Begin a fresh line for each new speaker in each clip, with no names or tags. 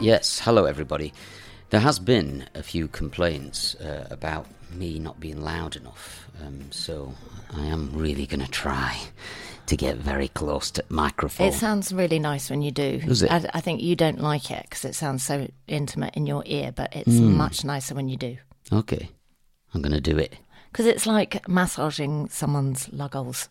Yes, hello everybody. There has been a few complaints uh, about me not being loud enough, um, so I am really going to try to get very close to microphone.
It sounds really nice when you do.
Does it?
I, I think you don't like it because it sounds so intimate in your ear, but it's
Hmm.
much nicer when you do.
okay, I'm going to do it.
Because it's like massaging someone's luggles.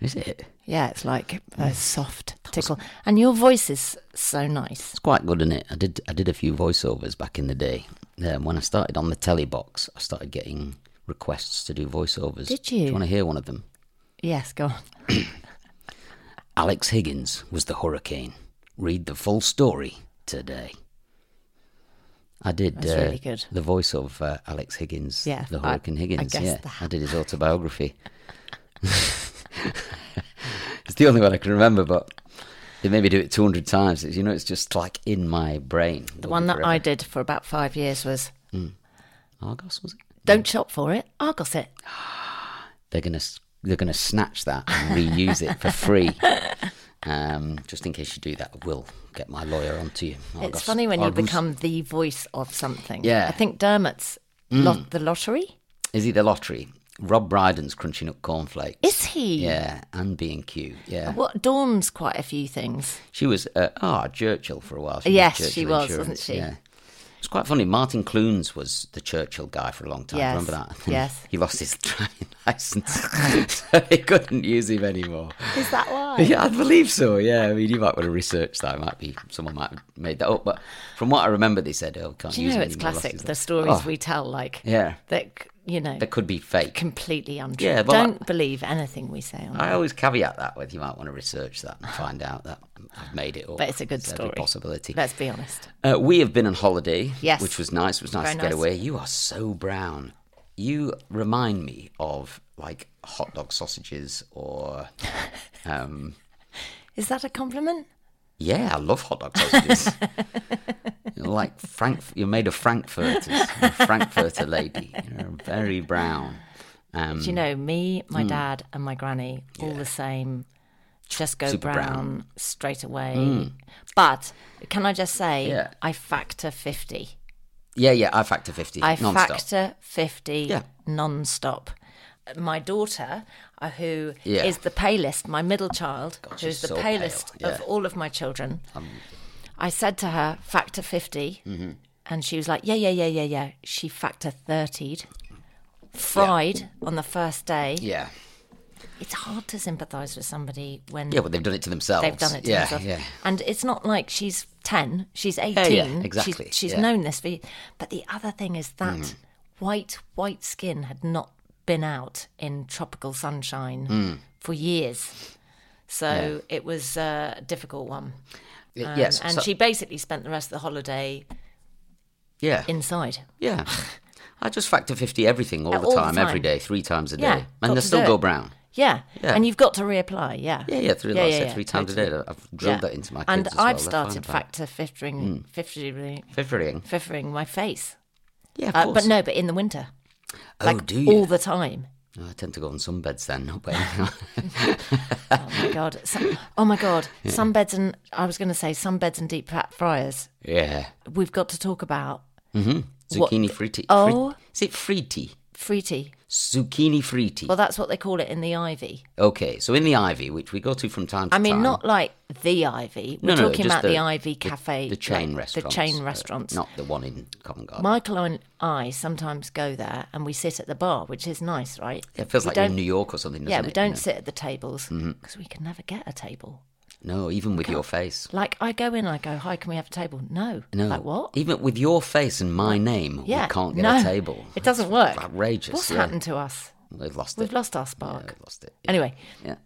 Is it?
Yeah, it's like a soft tickle. And your voice is so nice.
It's quite good, isn't it? I did I did a few voiceovers back in the day. Um, when I started on the telly box, I started getting requests to do voiceovers.
Did
Do you
you?
want to hear one of them?
Yes, go on.
Alex Higgins was the hurricane. Read the full story today. I did
That's
uh,
really good.
the voice of uh, Alex Higgins,
Yeah,
the
I-
Hurricane
I
Higgins.
guessed
yeah,
that.
I did his autobiography. it's the only one I can remember, but they made me do it 200 times. It's, you know, it's just like in my brain.
The one that I did for about five years was
Hmm. Argos was it?
Don't shop for it, Argos it.
They're gonna s- they're gonna snatch that and reuse it for free. Um, just in case you do that, we'll get my lawyer onto you.
It's
Argos-
funny when you
Argos.
become the voice of something.
Yeah. Hmm.
I think Dermot's lot, the lottery.
Is he the lottery? Rob Brydon's crunching up cornflakes.
Is he?
Yeah, and being cute. Yeah,
What Dawn's quite a few things.
she was uh, ah Churchill for a while. She
Yes,
did
she
Churchill
was,
Insurance,
wasn't she?
Yeah. It's quite funny. Martin Clunes was the Churchill guy for a long time.
Yes,
Remember that?
yes.
he lost his driving license, so they couldn't use him anymore.
Is that why?
Yeah, I believe so. Yeah, I mean, you might want to research that. It might be someone might have made that up, but from what I remember, they said, "Oh, can't
Do
use
you
him
know it's
anymore, lost
classic
his
the
license.
stories
Oh,
we tell, like
Yeah,
that c- you know
that could be fake.
completely untrue.
Yeah, but I-
Don't believe anything we say on.
I always caveat that with you might want to research that and find out that I've made it up.
But it's a good
every
story.
possibility.
Let's be honest.
Uh, we have been on holiday,
Yes.
which was nice. It was nice
Very
to get
nice.
away. You are so brown. You remind me of like hot dog sausages or. Um,
Is that a compliment?
yeah, I love hot dog sausages. you're like Frank, you're made of Frankfurters, You're a Frankfurter lady. You're very brown. Um,
Do you know me, my
Hmm.
dad, and my granny all the same? Just go
Super
brown,
brown. Hmm.
straight away. But can I just say,
Yeah.
I factor fifty.
yeah, yeah, I factor 50.
I
non-stop.
factor 50
Yeah.
non-stop. My daughter, uh, who is
Yeah.
the palest, my middle child,
she's
who's the
so
palest
pale,
of
yeah. Um,
all of my children, I said to her, factor 50.
Mm-hmm.
And she was like, yeah, yeah, yeah, yeah, yeah. She factor 30'd. Fried on the first day.
Yeah.
It's hard to sympathise with somebody when
Yeah, but they've done it to themselves.
they've done it to
yeah,
themselves.
Yeah, Oh,
And it's not like she's 10, she's 18.
yeah,
She's-
exactly,
She's,
yeah. Mm.
known this for But the other thing is that white, white skin had not been out in tropical sunshine
Mm.
for years. So it was a difficult one.
Y-
Um,
yes.
and
so-
she basically spent the rest of the holiday
yeah.
inside.
yeah. I just factor 50 everything all,
Uh,
the,
all the
time, every
time.
day, three times a day.
Yeah, got
and they
to
still
do
go
it.
brown.
Yeah.
Yeah.
And you've got to reapply. Yeah.
Yeah, yeah, three,
Yeah,
like I
yeah,
said,
yeah,
three times a day. I've drilled that into my kids
And
as well.
I've
They're fine Mm.
started
about it.
factor fifthering, fifthering,
Fifthering.
fifthering my face.
Yeah, of
Uh,
course.
but no, but in the winter.
oh,
like
do you?
all the time.
No, I tend to go on sunbeds then, not bed.
Oh my god! Some, oh my god! Some beds and I was going to say some beds and deep fat fryers.
yeah.
We've got to talk about What
Zucchini fritti.
Oh.
Frit- is it fritti?
fruity.
Zucchini fritti.
Well, that's what they call it in the ivy.
okay, so in the ivy, which we go to from time to
I mean,
time.
not like the ivy.
No,
We're
no,
talking
just
about the, ivy cafe,
the chain
like,
restaurants,
The chain
uh,
restaurants.
not the one in Covent Garden.
Michael and I sometimes go there, and we sit at the bar, which is nice, right?
Yeah, it feels
We
like you're in
don't-
New York or something. Doesn't
Yeah,
it? Mm-hmm.
we
you
don't
know?
sit at the tables because we can never get a table.
No, even with your face.
Like I go in, I go, "Hi, can we have a table?" No,
No.
like what?
Even with your face and my name,
Yeah,
we can't get
no,
a table.
It doesn't work.
Outrageous.
What's
yeah.
happened to us?
They've lost
We've
it.
lost our
Yeah,
spark.
they've lost it. Yeah.
Anyway,
Yeah.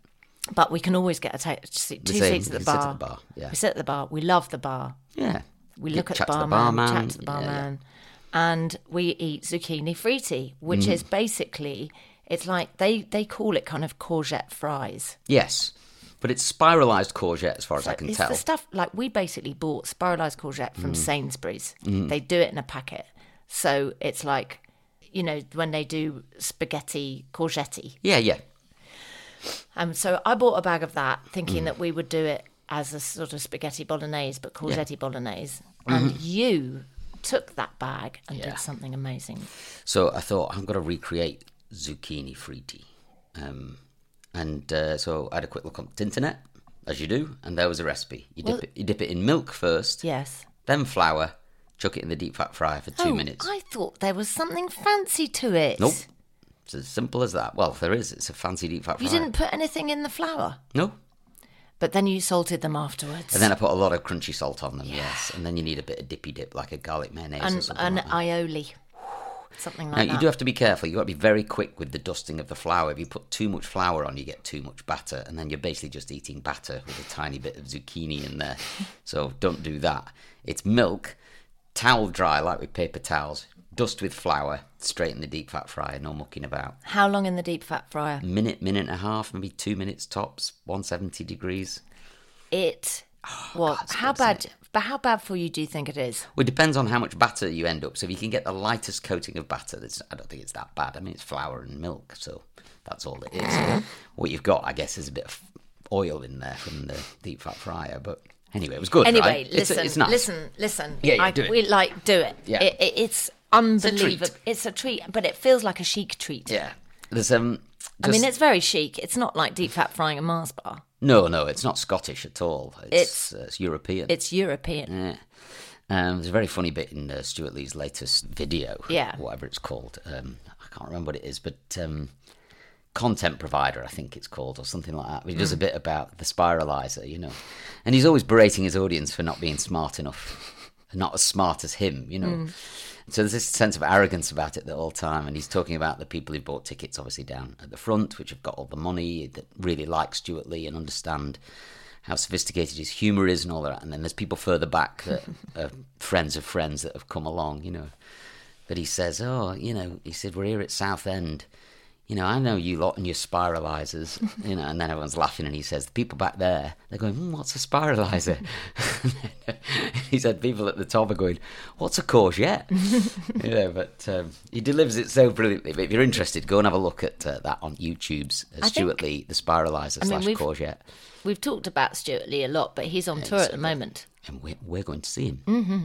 but we can always get a ta- two
The same.
seats at the
You
bar.
Sit at the bar. Yeah.
We sit at the bar. We love the bar.
Yeah.
We
You
look at the
chat to
barman,
barman.
chat to the
Yeah, yeah.
barman, and we eat zucchini fritti, which
Mm.
is basically it's like they they call it kind of courgette fries.
Yes. But it's spiralized courgette as far as I can
it's
tell. Mm.
the stuff like we basically bought spiralized courgette from Sainsbury's. They do it in a packet, so it's like you know when they do spaghetti courgette.
yeah, yeah.
Um, so I bought a bag of that,
Mm.
thinking that we would do it as a sort of spaghetti bolognese, but courgette bolognese. And you took that bag and
Mm-hmm. Yeah.
did something amazing.
So I thought I'm going to recreate zucchini fritti. Um, and uh, so I had a quick look on the internet, as you do, and there was a recipe. You dip, it, you dip it in milk first,
Yes.
then flour, chuck it in the deep fat fryer for two
Oh,
minutes.
I thought there was something fancy to it.
Nope. It's as simple as that. Well, there is. It's a fancy deep fat
You
fryer.
didn't put anything in the flour,
No.
but then you salted them afterwards.
And then I put a lot of crunchy salt on them, yes. And then you need a bit of dippy dip, like a garlic mayonnaise or
and
something.
an
like that.
aioli. Something
Now,
like
you
that.
do have to be careful. You've got to be very quick with the dusting of the flour. If you put too much flour on, you get too much batter, and then you're basically just eating batter with a tiny bit of zucchini in there. so don't do that. It's milk, towel dry, like with paper towels, dust with flour, straight in the deep fat fryer, no mucking about.
How long in the deep fat fryer?
Minute, minute and a half, maybe two minutes tops, 170 degrees.
It.
Oh,
well, how bad? But how bad for you do you think it is?
Well, it depends on how much batter you end up. So if you can get the lightest coating of batter, that's, I don't think it's that bad. I mean, it's flour and milk, so that's all it is. what you've got, I guess, is a bit of oil in there from the deep fat fryer. But anyway, it was good.
Anyway,
right? It's-
listen,
it's, nice.
listen, listen.
Yeah, yeah,
I,
do it.
We like do it.
Yeah.
It, it, it's unbelievable.
treat.
It's a treat, but it feels like a chic treat.
Yeah, there's um.
I
just-
mean, it's very chic. It's not like deep fat frying a Mars bar.
no, no, it's not Scottish at all. It's it's, uh, it's European.
It's European.
Yeah. Um, there's a very funny bit in uh, Stuart Lee's latest video,
Yeah.
whatever it's called. Um, I can't remember what it is, but um, content provider, I think it's called, or something like that. He does a bit about the spiralizer, you know, and he's always berating his audience for not being smart enough, not as smart as him, you know. So there's this sense of arrogance about it the whole time, and he's talking about the people who bought tickets, obviously down at the front, which have got all the money, that really like Stuart Lee and understand how sophisticated his humour is and all that. And then there's people further back that are friends of friends that have come along, you know. But he says, oh, you know, he said, we're here at Southend. You know, I know you lot and your spiralizers, you know, and then everyone's laughing and he says, the people back there, they're going, hmm, what's a spiralizer? he said, people at the top are going, what's a courgette? you know, but um, he delivers it so brilliantly. But if you're interested, go and have a look at uh, that on YouTube's uh, Stuart Lee, the spiralizer
mean,
slash
we've-
courgette.
We've talked about Stuart Lee a lot, but he's on tour at the moment.
and we're, we're going to see him mm-hmm.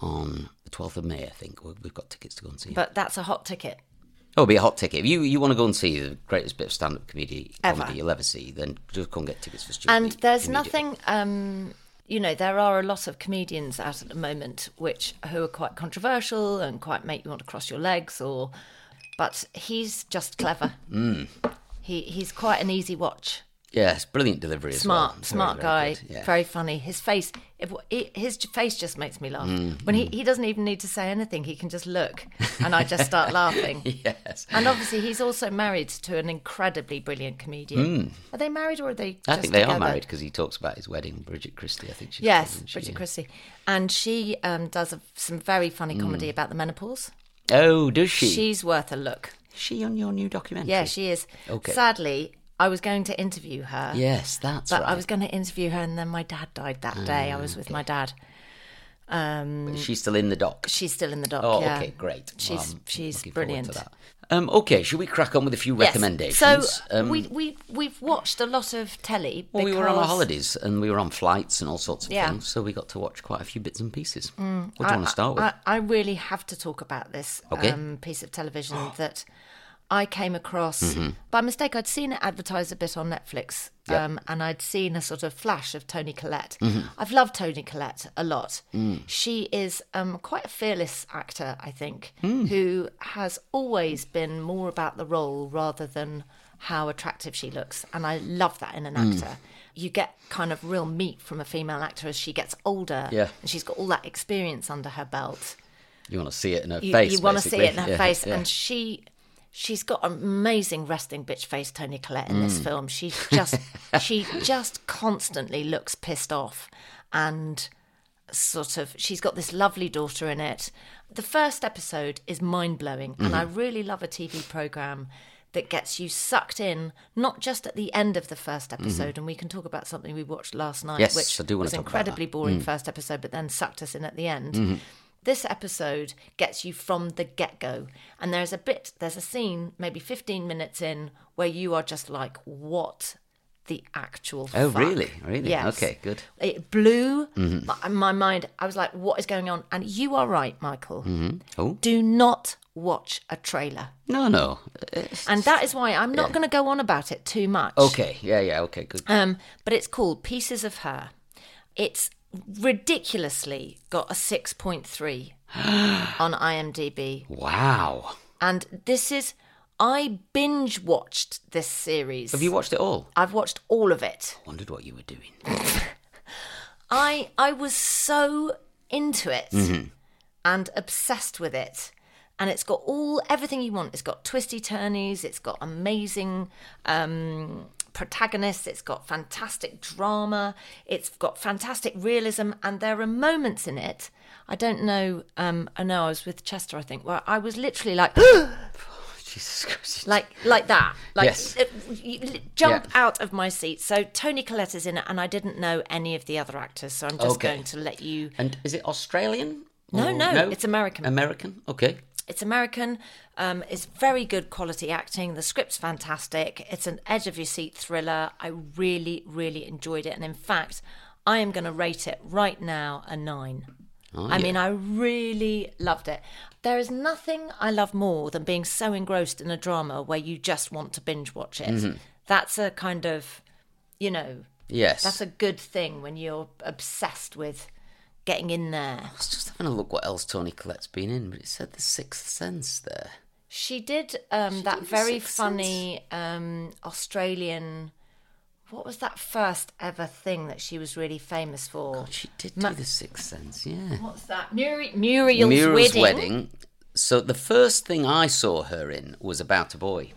on the 12th of May, I think. We- We've got tickets to go and see him.
But that's a hot ticket.
oh, it'll be a hot ticket. If you, you want to go and see the greatest bit of stand up comedy,
Ever.
comedy you'll ever see, then just go and get tickets for Stuart.
And
Lee
there's
immediately.
nothing, um, you know, there are a lot of comedians out at the moment which who are quite controversial and quite make you want to cross your legs, or but he's just clever.
Mm.
He he's quite an easy watch,
Yeah, it's brilliant delivery as well.
smart,
Very,
smart
very
guy,
good. Yeah.
very funny. His face, if, he, his face just makes me laugh.
Mm,
When he, he doesn't even need to say anything, he can just look, and I just start laughing.
yes.
And obviously, he's also married to an incredibly brilliant comedian. Are they married or are they? Just
Mm. I think they
together?
are married because he talks about his wedding, Bridget Christie. I think she's
Yes,
called, isn't she?
Bridget
Yeah.
Christie, and she um, does a, some very funny comedy about the menopause.
Oh, does Mm. she?
She's worth a look.
she on your new documentary?
Yeah, she is.
Okay.
Sadly, I was going to interview her,
Yes, that's
but
right. Mm.
I was going to interview her, and then my dad died that day. I was with my dad. Um,
She's still in the doc.
she's still in the doc.
Oh,
yeah.
okay, great.
She's-
I'm
she's
looking forward
brilliant.
To that. Um, okay, should we crack on with a few
Yes.
recommendations?
So
um,
we we we've watched a lot of telly.
well, we were on our
because-
holidays and we were on flights and all sorts of
Yeah. Mm.
things, so we got to watch quite a few bits and pieces. what do you want to start with?
I, I really have to talk about this
Okay.
um, piece of television that I came across by mistake. I'd seen it advertised a bit on Netflix, um, and I'd seen a sort of flash of Tony Collette. I've loved Tony Collette a lot. She is um, quite a fearless actor, I think, who has always been more about the role rather than how attractive she looks, and I love that in an actor. You get kind of real meat from a female actor as she gets older,
Yeah.
and she's got all that experience under her belt
you want to see it in her
you,
face?
you want to see
basically.
it in her
Yeah,
face
yeah.
and she She's got an amazing resting bitch face, Tony Collette, in this
Mm.
film. She just she just constantly looks pissed off and sort of she's got this lovely daughter in it. The first episode is mind blowing, and
Mm-hmm.
I really love a TV program that gets you sucked in, not just at the end of the first episode, and we can talk about something we watched last night,
Mm-hmm. Yes,
which
I do wanna
was
talk about that. Mm. Mm-hmm.
incredibly boring first episode, but then sucked us in at the end. This episode gets you from the get go, and there's a bit, there's a scene, maybe 15 minutes in, where you are just like, what the actual
Oh,
fuck?
really? Really?
Yes.
Okay, good.
It blew
Mm-hmm.
my, my mind. I was like, what is going on? And you are right, Michael.
Oh.
Do not watch a trailer.
No, no. Uh, It's-
And that is why I'm not going to go on about it too much.
Okay, yeah, yeah, okay, good.
Um, but it's called Pieces of Her. It's ridiculously got a 6.3 on IMDb.
Wow.
And this is, I binge watched this series.
Have you watched it all?
I've watched all of it.
Wondered what you were doing.
I I was so into it
Mm-hmm.
and obsessed with it. And it's got all everything you want. It's got twisty turnies, it's got amazing um protagonists, it's got fantastic drama, it's got fantastic realism, and there are moments in it. I don't know, um I know I was with Chester, I think, where I was literally like
Jesus Christ.
like like that like
Yes.
uh, you li- jump
Yeah.
out of my seat so tony collette is in it and i didn't know any of the other actors so i'm just
Okay.
going to let you
And is it Australian?
No,
Or-
no, it's American.
American? Okay.
it's american um, it's very good quality acting the script's fantastic it's an edge of your seat thriller i really really enjoyed it and in fact i am going to rate it right now a nine I mean, I really loved it. There is nothing I love more than being so engrossed in a drama where you just want to binge watch it. That's a kind of, you know,
Yes.
that's a good thing when you're obsessed with getting in there.
I was just having a look what else Tony Collette's been in, but it said The Sixth Sense there.
She did um, that
did The
very
Sixth
funny um, Australian. What was that first ever thing that she was really famous for?
She did do The Sixth Sense, yeah.
What's that? Muri- Muriel's,
Mira's
wedding.
So the first thing I saw her in was About a Boy.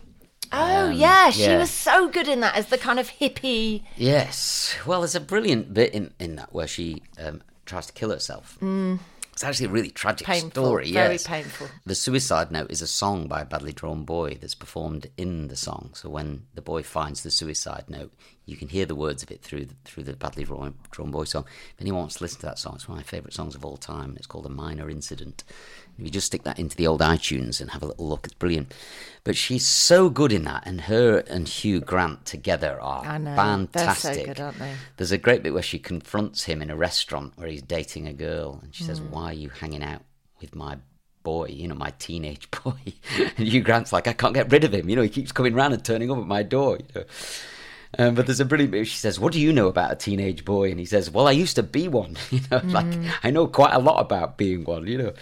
Oh yeah, she
Um, yeah.
was so good in that as the kind of hippie.
Yes. Well, there's a brilliant bit in, in that where she um, tries to kill herself. Mm. It's actually a really tragic
Painful,
story.
very
yes.
painful.
The suicide note is a song by a badly drawn boy that's performed in the song. So when the boy finds the suicide note, you can hear the words of it through the, through the badly drawn, drawn boy song. If anyone wants to listen to that song, it's one of my favourite songs of all time. and It's called A Minor Incident. If you just stick that into the old iTunes and have a little look, it's brilliant. But she's so good in that, and her and Hugh Grant together are
I know, they're so
fantastic.
good, aren't they?
There's a great bit where she confronts him in a restaurant where he's dating a girl, and she says,
Mm.
"Why are you hanging out with my boy? You know, my teenage boy." and Hugh Grant's like, "I can't get rid of him. You know, he keeps coming round and turning up at my door." You know. Um, but there's a brilliant bit. where She says, "What do you know about a teenage boy?" And he says, "Well, I used to be one. You know,
Mm.
like I know quite a lot about being one. You know,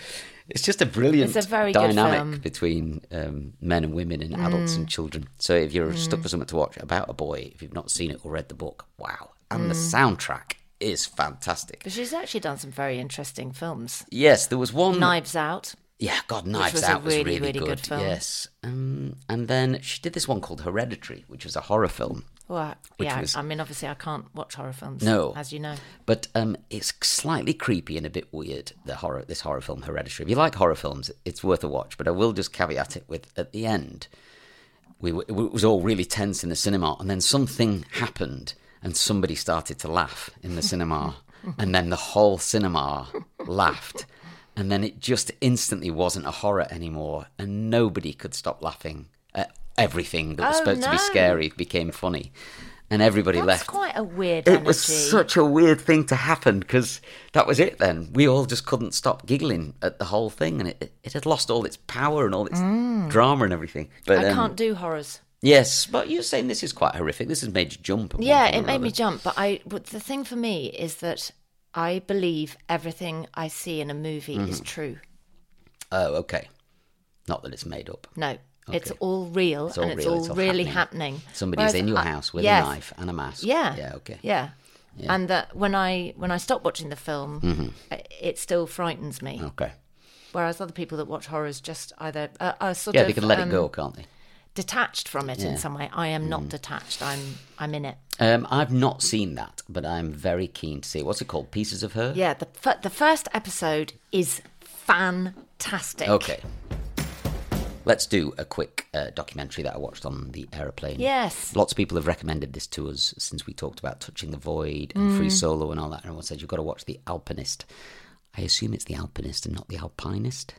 it's just a brilliant
It's a very good film.
dynamic between um, men and women and adults
Mm.
and children. So if you're stuck for something to watch about a boy, if you've not seen it or read the book, wow! And the
Mm.
soundtrack is fantastic.
But she's actually done some very interesting films.
Yes, there was one.
Knives Out.
Yeah, God, Knives
was a
Out was
really,
really,
really good film.
Yes, um, and then she did this one called Hereditary, which was a horror film.
Well,
Which
yeah,
was-
I mean, obviously, I can't watch horror films.
No.
as you know.
But um, it's slightly creepy and a bit weird. The horror, this horror film, Hereditary. If you like horror films, it's worth a watch. But I will just caveat it with at the end, we were, it was all really tense in the cinema, and then something happened, and somebody started to laugh in the cinema, and then the whole cinema laughed, and then it just instantly wasn't a horror anymore, and nobody could stop laughing. At everything that was
Oh,
supposed to be
no.
scary became funny, and everybody
That's
left.
quite a weird
It
energy.
was such a weird thing to happen because that was it then. We all just couldn't stop giggling at the whole thing and it, it had lost all its power and all its drama and everything. But
Mm. I
um,
can't do horrors.
Yes, but you're saying this is quite horrific. This has made you jump. at one
Yeah,
thing
it
or
made me
other.
jump. But I, but the thing for me is that I believe everything I see in a movie is
Mm-hmm.
true.
Oh, okay. Not that it's made up.
No, it's
Okay.
all real,
all
and it's
real,
all
it's all
really
happening.
happening.
Somebody's
Whereas
in your
I-
house with
yes,
a knife and a mask.
Yeah.
Yeah. Okay.
Yeah.
Mm-hmm. Oh.
And that when I when I stop watching the film, i it still uh, frightens me.
Okay.
Whereas other people that watch horrors just either uh, are sort
Yeah,
of
they can let
um,
it go, Mm. can't they?
detached from it in some way. I am not detached. I'm I'm in it.
Um, I've not seen that, but I'm very keen to see. it. What's it called? Pieces of Her?
Yeah, the fir- the first episode is fantastic.
Okay. Let's do a quick uh, documentary that I watched on the aeroplane.
Yes.
Lots of people have recommended this to us since we talked about touching the void and free solo and all that. Everyone said you've got to watch The Alpinist. I assume it's The Alpinist and not The Alpinist.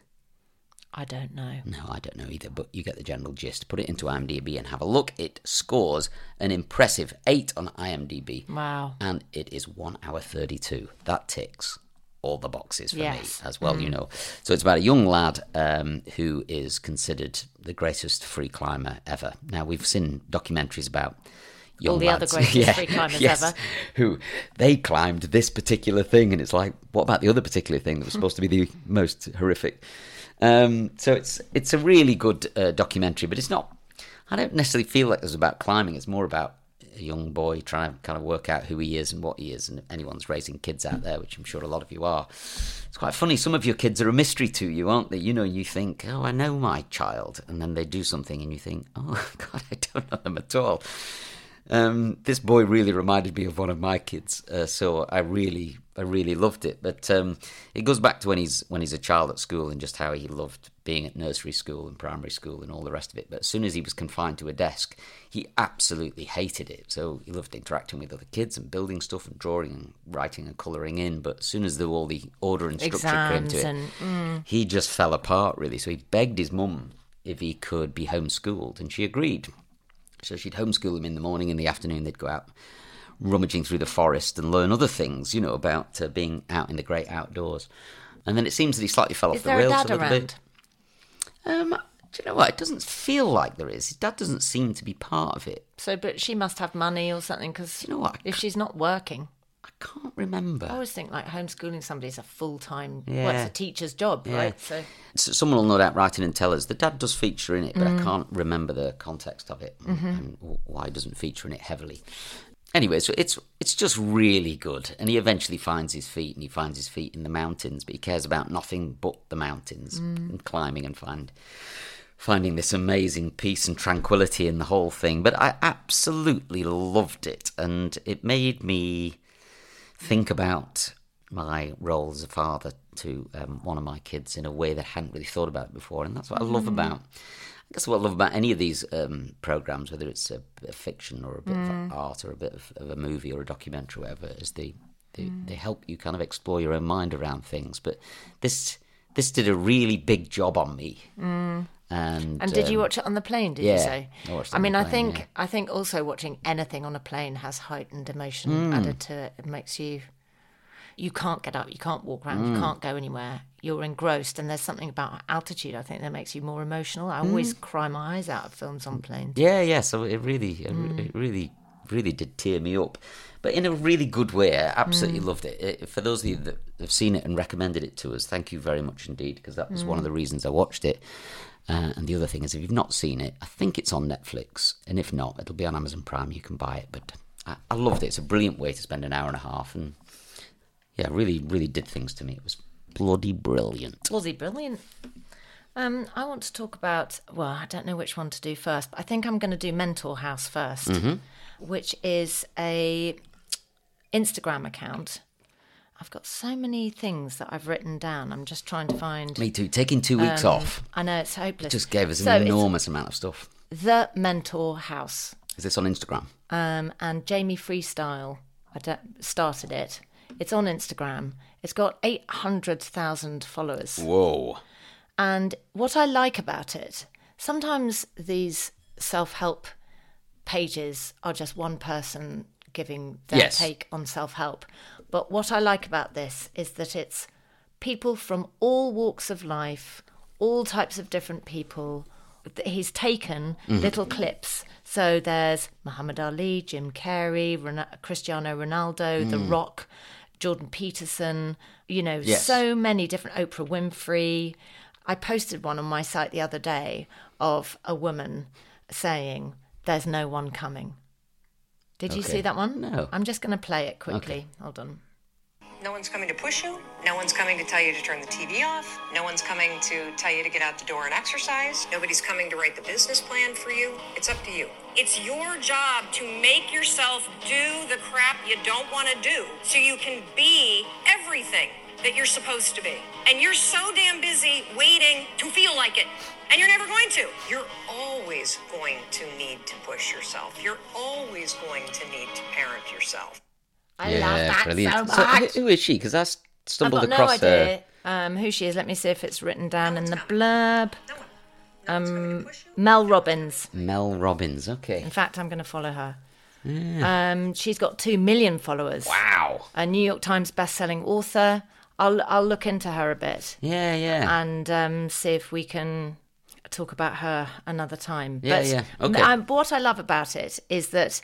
I don't know.
No, I don't know either, but you get the general gist. Put it into IMDb and have a look. It scores an impressive 8 on IMDb
Wow.
and it is 1 hour 32. That ticks all the boxes for
Yes. Mm.
me as well, you know. So it's about a young lad um, who is considered the greatest free climber ever. Now, we've seen documentaries about young
All the other
lads-
greatest free climbers ever.
who they climbed this particular thing, and it's like, what about the other particular thing that was supposed to be the most horrific? Um, so it's it's a really good uh, documentary, but it's not. I don't necessarily feel like it's about climbing. It's more about a young boy trying to kind of work out who he is and what he is, and if anyone's raising kids out there, which I'm sure a lot of you are. It's quite funny. Some of your kids are a mystery to you, aren't they? You know, you think, oh, I know my child, and then they do something, and you think, oh, God, I don't know them at all. Um, this boy really reminded me of one of my kids, uh, so I really, I really loved it. But um, it goes back to when he's when he's a child at school and just how he loved being at nursery school and primary school and all the rest of it. But as soon as he was confined to a desk, he absolutely hated it. So he loved interacting with other kids and building stuff and drawing and writing and colouring in. But as soon as the all the order and structure came
Exams
to it,
and mm.
he just fell apart really. So he begged his mum if he could be homeschooled, and she agreed. So she'd homeschool him in the morning. In the afternoon, they'd go out rummaging through the forest and learn other things, you know, about uh, being out in the great outdoors. And then it seems that he slightly fell off
is
the
there a
rails
dad
a little
around?
bit. Um, do you know what? It doesn't feel like there is. His dad doesn't seem to be part of it.
So, but she must have money or something because
Do you know what? I,
if she's not working,
I can't remember.
I always think like homeschooling somebody is a full time, well,
Yeah.
it's a teacher's job,
Yeah.
right? So,
S someone will no doubt write in and tell us the dad does feature in it, but I can't remember the context of it and- and wh- why it doesn't feature in it heavily. Anyway, so it's it's just really good, and he eventually finds his feet, and he finds his feet in the mountains, but he cares about nothing but the mountains and climbing and find finding this amazing peace and tranquility in the whole thing. But I absolutely loved it, and it made me think about my role as a father to um, one of my kids in a way that I hadn't really thought about before, and that's what I love
Mm.
about. I guess what I love about any of these um, programs, whether it's a bit of fiction or a bit
Mm.
of art or a bit of, of a movie or a documentary, or whatever, is they they,
Mm.
they help you kind of explore your own mind around things. But this this did a really big job on me. And,
Mm. and did
um,
you watch it on the plane? Did
yeah,
you say?
I watched it
I
on
mean,
the
I
plane,
think I think also watching anything on a plane has heightened emotion
Mm.
added to it. It makes you, you can't get up, you can't walk around,
Mm.
you can't go anywhere. You're engrossed, and there's something about altitude. I think that makes you more emotional. I
Mm.
always cry my eyes out at films on planes.
Yeah, yeah. So it really, it
Mm.
re- it really, really did tear me up, but in a really good way. I absolutely
Mm.
loved it. it. For those of you that have seen it and recommended it to us, thank you very much indeed, because that was one
Mm.
of the reasons I watched it. Uh, and the other thing is, if you've not seen it, I think it's on Netflix, and if not, it'll be on Amazon Prime. You can buy it. But I, I loved it. It's a brilliant way to spend an hour and a half, and yeah, really, really did things to me. It was bloody brilliant.
Was he brilliant? Um, I want to talk about, well, I don't know which one to do first, but I think I'm going to do Mentor House 1st
Mm-hmm.
which is a Instagram account. I've got so many things that I've written down. I'm just trying to find.
Me too. Taking two weeks off
I know it's hopeless.
just gave us
Um, so
an enormous amount of stuff.
It's the Mentor House,
Is this on Instagram?
um, and Jamie Freestyle I don't- started it. It's on Instagram. It's got 800,000 followers.
Whoa.
And what I like about it, sometimes these self help pages are just one person giving their
Yes.
take on self help. But what I like about this is that it's people from all walks of life, all types of different people. Th- He's taken little clips. So there's Muhammad Ali, Jim Carrey, Ron- Cristiano Ronaldo, The Rock, Jordan Peterson, you know,
Yes.
so many different Oprah Winfrey. I posted one on my site the other day of a woman saying, There's no one coming. Did you
Okay.
see that one?
No.
I'm just going to play it quickly. Hold on.
No one's coming to push you. No one's coming to tell you to turn the TV off. No one's coming to tell you to get out the door and exercise. Nobody's coming to write the business plan for you. It's up to you. It's your job to make yourself do the crap you don't want to do so you can be everything that you're supposed to be. And you're so damn busy waiting to feel like it. And you're never going to. You're always going to need to push yourself. You're always going to need to parent yourself.
I love that so much.
who- who is she? Because I s-
I've
stumbled
got no
across uh, her.
idea um, who she is. Let me see if it's written down in the blurb. Um, Mel Robbins.
Mel Robbins. Okay.
In fact, I'm going to follow her. Um, she's got two million followers.
Wow.
A New York Times best-selling author. I'll I'll look into her a bit
Yeah, yeah.
and um, see if we can talk about her another time.
Yeah,
but
yeah. Okay.
um, what I love about it is that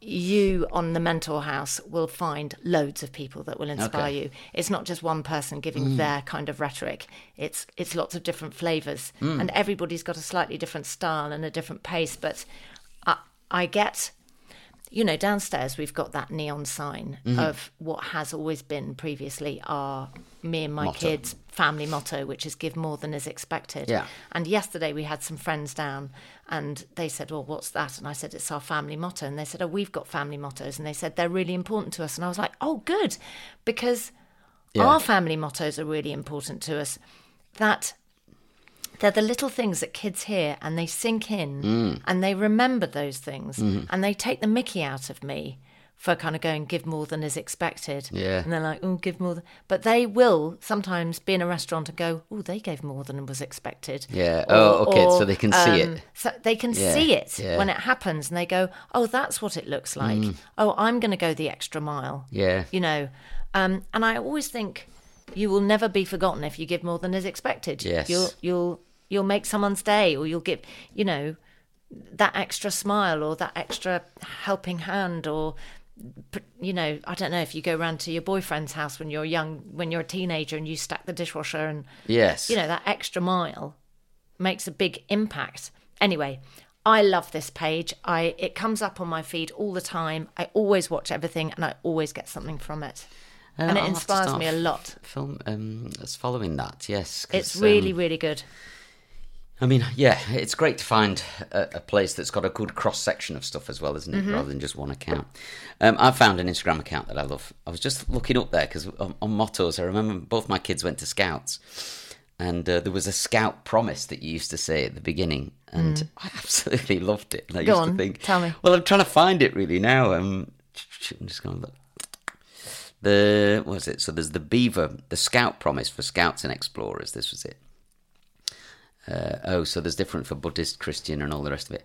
you on the Mentor House will find loads of people that will inspire
Okay. Mm.
you. It's not just one person giving their kind of rhetoric. It's it's lots of different flavors,
Mm.
and everybody's got a slightly different style and a different pace. But I, I get. You know, downstairs we've got that neon sign
Mm-hmm.
of what has always been previously our me and my
Motto.
kids family motto, which is give more than is expected.
Yeah.
And yesterday we had some friends down and they said, Well, what's that? And I said, It's our family motto. And they said, Oh, we've got family mottos. And they said, They're really important to us. And I was like, Oh, good. Because our family mottos are really important to us. That they're the little things that kids hear and they sink in
Mm.
and they remember those things
Mm-hmm.
and they take the mickey out of me for kind of going give more than is expected
Yeah.
and they're like oh give more than... but they will sometimes be in a restaurant and go oh they gave more than was expected um,
Yeah. Oh, okay, so they can see it.
so they can
Yeah,
see it
yeah. Mm.
when it happens and they go oh that's what it looks like oh i'm going to go the extra mile
Yeah.
you know um, and i always think you will never be forgotten if you give more than is expected
Yes.
you'll you'll you'll make someone's day or you'll give you know that extra smile or that extra helping hand or p- you know i don't know if you go round to your boyfriend's house when you're young when you're a teenager and you stack the dishwasher and
Yes.
you know that extra mile makes a big impact anyway i love this page i it comes up on my feed all the time i always watch everything and i always get something from it
Uh,
and it
I'll have to
inspires
start
me a lot
Film. Um, it's following that. Yes. 'cause,
it's really
um,
really good
I mean, yeah, it's great to find a, a place that's got a good cross section of stuff as well, isn't it?
Mm-hmm.
Rather than just one account. Um, I found an Instagram account that I love. I was just looking up there because on, on mottos, I remember both my kids went to Scouts, and uh, there was a Scout promise that you used to say at the beginning, and I absolutely loved it. And I
Mm. Go
used to
on,
think,
tell me.
Well, I'm trying to find it really now. Um, I'm just going to look. The what was it? So there's the Beaver, the Scout promise for Scouts and Explorers. This was it. Oh, so there's different for Buddhist, Christian, and all the rest of it.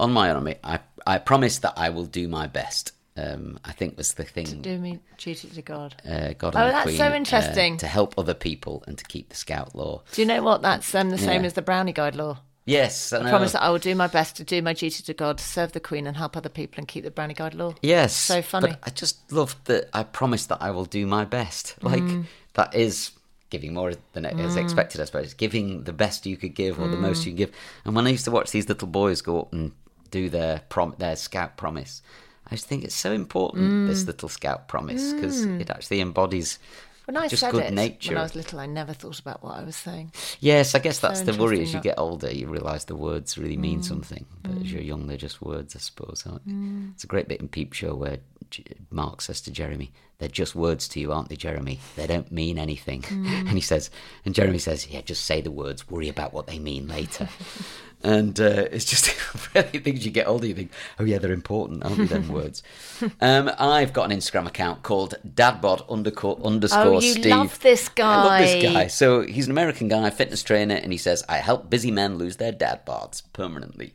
On my own, I I promise that I will do my best. Um, I think was the thing.
do me duty to god
Uh, God
Oh,
and the
that's
Queen,
so
uh,
interesting.
to help other people and to keep the Scout law.
do you know what that's um, the same
Yeah.
as the brownie guide law
Yes, I,
I
know.
promise that I will do my best to do my duty to God, serve the Queen, and help other people, and keep the Brownie Guide law.
Yes,
So funny.
But I just loved that. I promise that I will do my best. Like
Mm.
that is giving more than it is expected. I suppose giving the best you could give or the
Mm.
most you give. And when I used to watch these little boys go up and do their prom, their scout promise, I just think it's so important.
Mm.
This little scout promise because it actually embodies.
When I
Just
said
good
it
nature.
when I was little, I never thought about what I was saying.
Yes, I guess that's the worry. As
interesting
you
that- Mm.
get older, you realise the words really mean something. But as you're young, they're just words, I suppose. Aren't they?
Mm.
It's a great bit in Peep Show where J- Mark says to Jeremy, "They're just words to you, aren't they, Jeremy? They don't mean anything."
Mm.
And he says, and Jeremy says, "Yeah, just say the words. Worry about what they mean later." and uh, it's just really things you get older, you think, "Oh yeah, they're important, aren't they?" Them words. Um, I've got an Instagram account called Dadbod underco- underscore
Oh, you
Steve.
love this
I love this
guy.
guy. So he's an American guy, fitness trainer, and he says, I help busy men lose their dad bods permanently.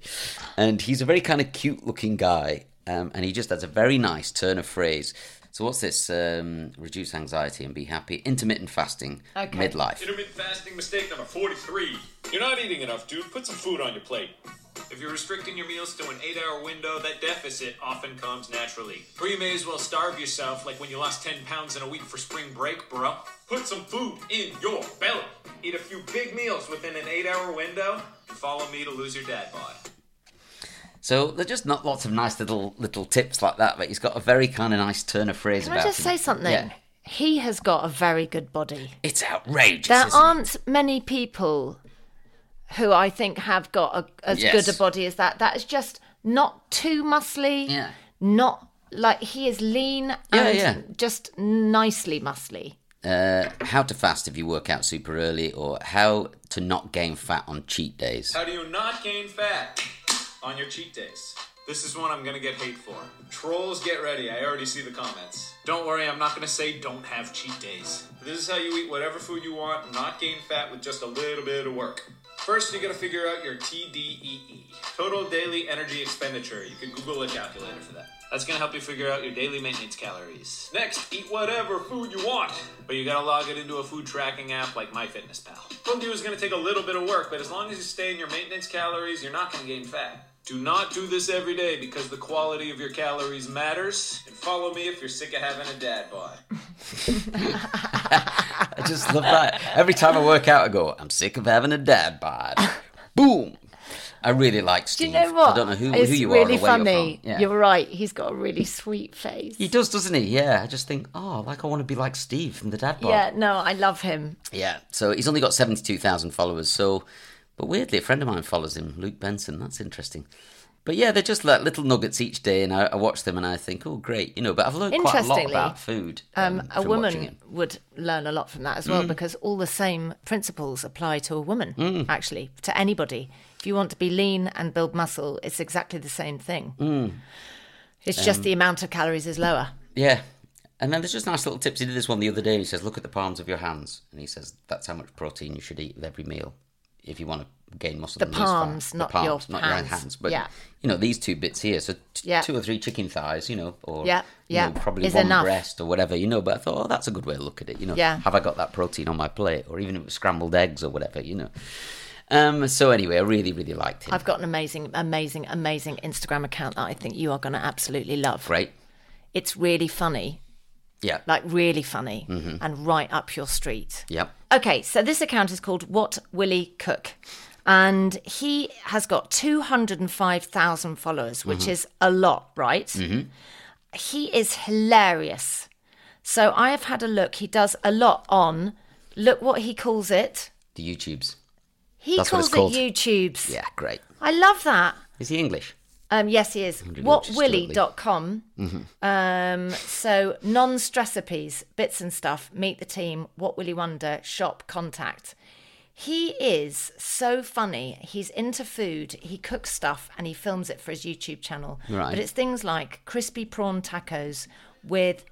And he's a very kind of cute looking guy, um, and he just has a very nice turn of phrase. So, what's this? Um, reduce anxiety and be happy. Intermittent fasting, midlife.
Intermittent fasting mistake number 43. You're not eating enough, dude. Put some food on your plate. If you're restricting your meals to an eight hour window, that deficit often comes naturally. Or you may as well starve yourself like when you lost 10 pounds in a week for spring break, bro. Put some food in your belly. Eat a few big meals within an eight hour window, and follow me to lose your dad bod.
So, there's just not lots of nice little little tips like that, but he's got a very kind of nice turn of phrase
Can
about
I just
him.
say something?
Yeah.
he has got a very good body.
It's outrageous.
There
isn't it?
aren't many people who I think have got a, as
Yes.
good a body as that. That is just not too muscly.
Yeah.
Not like he is lean
Yeah,
and
yeah.
just nicely muscly.
How to fast if you work out super early, or how to not gain fat on cheat days.
How do you not gain fat on your cheat days? This is one I'm gonna get hate for. Trolls, get ready. I already see the comments. Don't worry, I'm not gonna say don't have cheat days. This is how you eat whatever food you want and not gain fat with just a little bit of work. First, you gotta figure out your TDEE, E. total daily energy expenditure. You can Google a calculator for that. That's gonna help you figure out your daily maintenance calories. Next, eat whatever food you want, but you gotta log it into a food tracking app like MyFitnessPal. What you do is gonna take a little bit of work, but as long as you stay in your maintenance calories, you're not gonna gain fat. Do not do this every day because the quality of your calories matters. And follow me if you're sick of having a dad bod.
I just love that. Every time I work out, I go, I'm sick of having a dad bod. Boom. I really like
Do
Steve.
you know what?
I don't know who,
it's
who you are or
really
where
funny.
you're from. Yeah.
right. He's got a really sweet face.
He does, doesn't he? Yeah. I just think, oh, like I want to be like Steve from the dad bod.
yeah, no, I love him.
Yeah. So he's only got 72,000 followers. So, but weirdly, a friend of mine follows him, Luke Benson. That's interesting. But yeah, they're just like little nuggets each day, and I, I watch them and I think, oh, great, you know. But I've learned quite a lot
Interestingly,
about food.
Um, a
from watching Mm.
woman
him.
would learn a lot from that as well because all the same principles apply to a woman,
Mm.
actually, to anybody. If you want to be lean and build muscle, it's exactly the same thing.
Mm.
It's just
Um,
the amount of calories is lower.
Yeah. And then there's just nice little tips. He did this one the other day and he says, Look at the palms of your hands. And he says, That's how much protein you should eat with every meal if you want to gain muscle.
The
and lose fat."
palms, not your
not your own
hands.
hands. But,
Yeah.
you know, these two bits here. So t-
Yeah.
two or three chicken thighs, you know, or
Yeah,
you
yeah.
know, probably
Is
one
enough.
breast or whatever, you know. But I thought, Oh, that's a good way to look at it. You know,
Yeah.
have I got that protein on my plate? Or even if it was scrambled eggs or whatever, you know. Um, so anyway, I really, really liked him.
I've got an amazing, amazing, amazing Instagram account that I think you are going to absolutely love.
Great.
It's really funny,
Yeah.
like really funny,
Mm-hmm.
and right up your street.
Yep.
Okay, so this account is called What Willie Cook, and he has got 205,000 followers,
Mm-hmm.
which is a lot, right? He is hilarious. So I have had a look. He does a lot on, look what he calls it.
The YouTubes.
He
That's what
calls
it's called.
it YouTubes.
Yeah, great.
I love that.
Is he English?
Um, yes, he is.
inches to at least.
Whatwilly.com. Um, so non stressopies, bits and stuff, meet the team, what will you wonder, shop, contact. He is so funny. He's into food, he cooks stuff, and he films it for his YouTube channel.
Right.
But it's things like crispy prawn tacos with.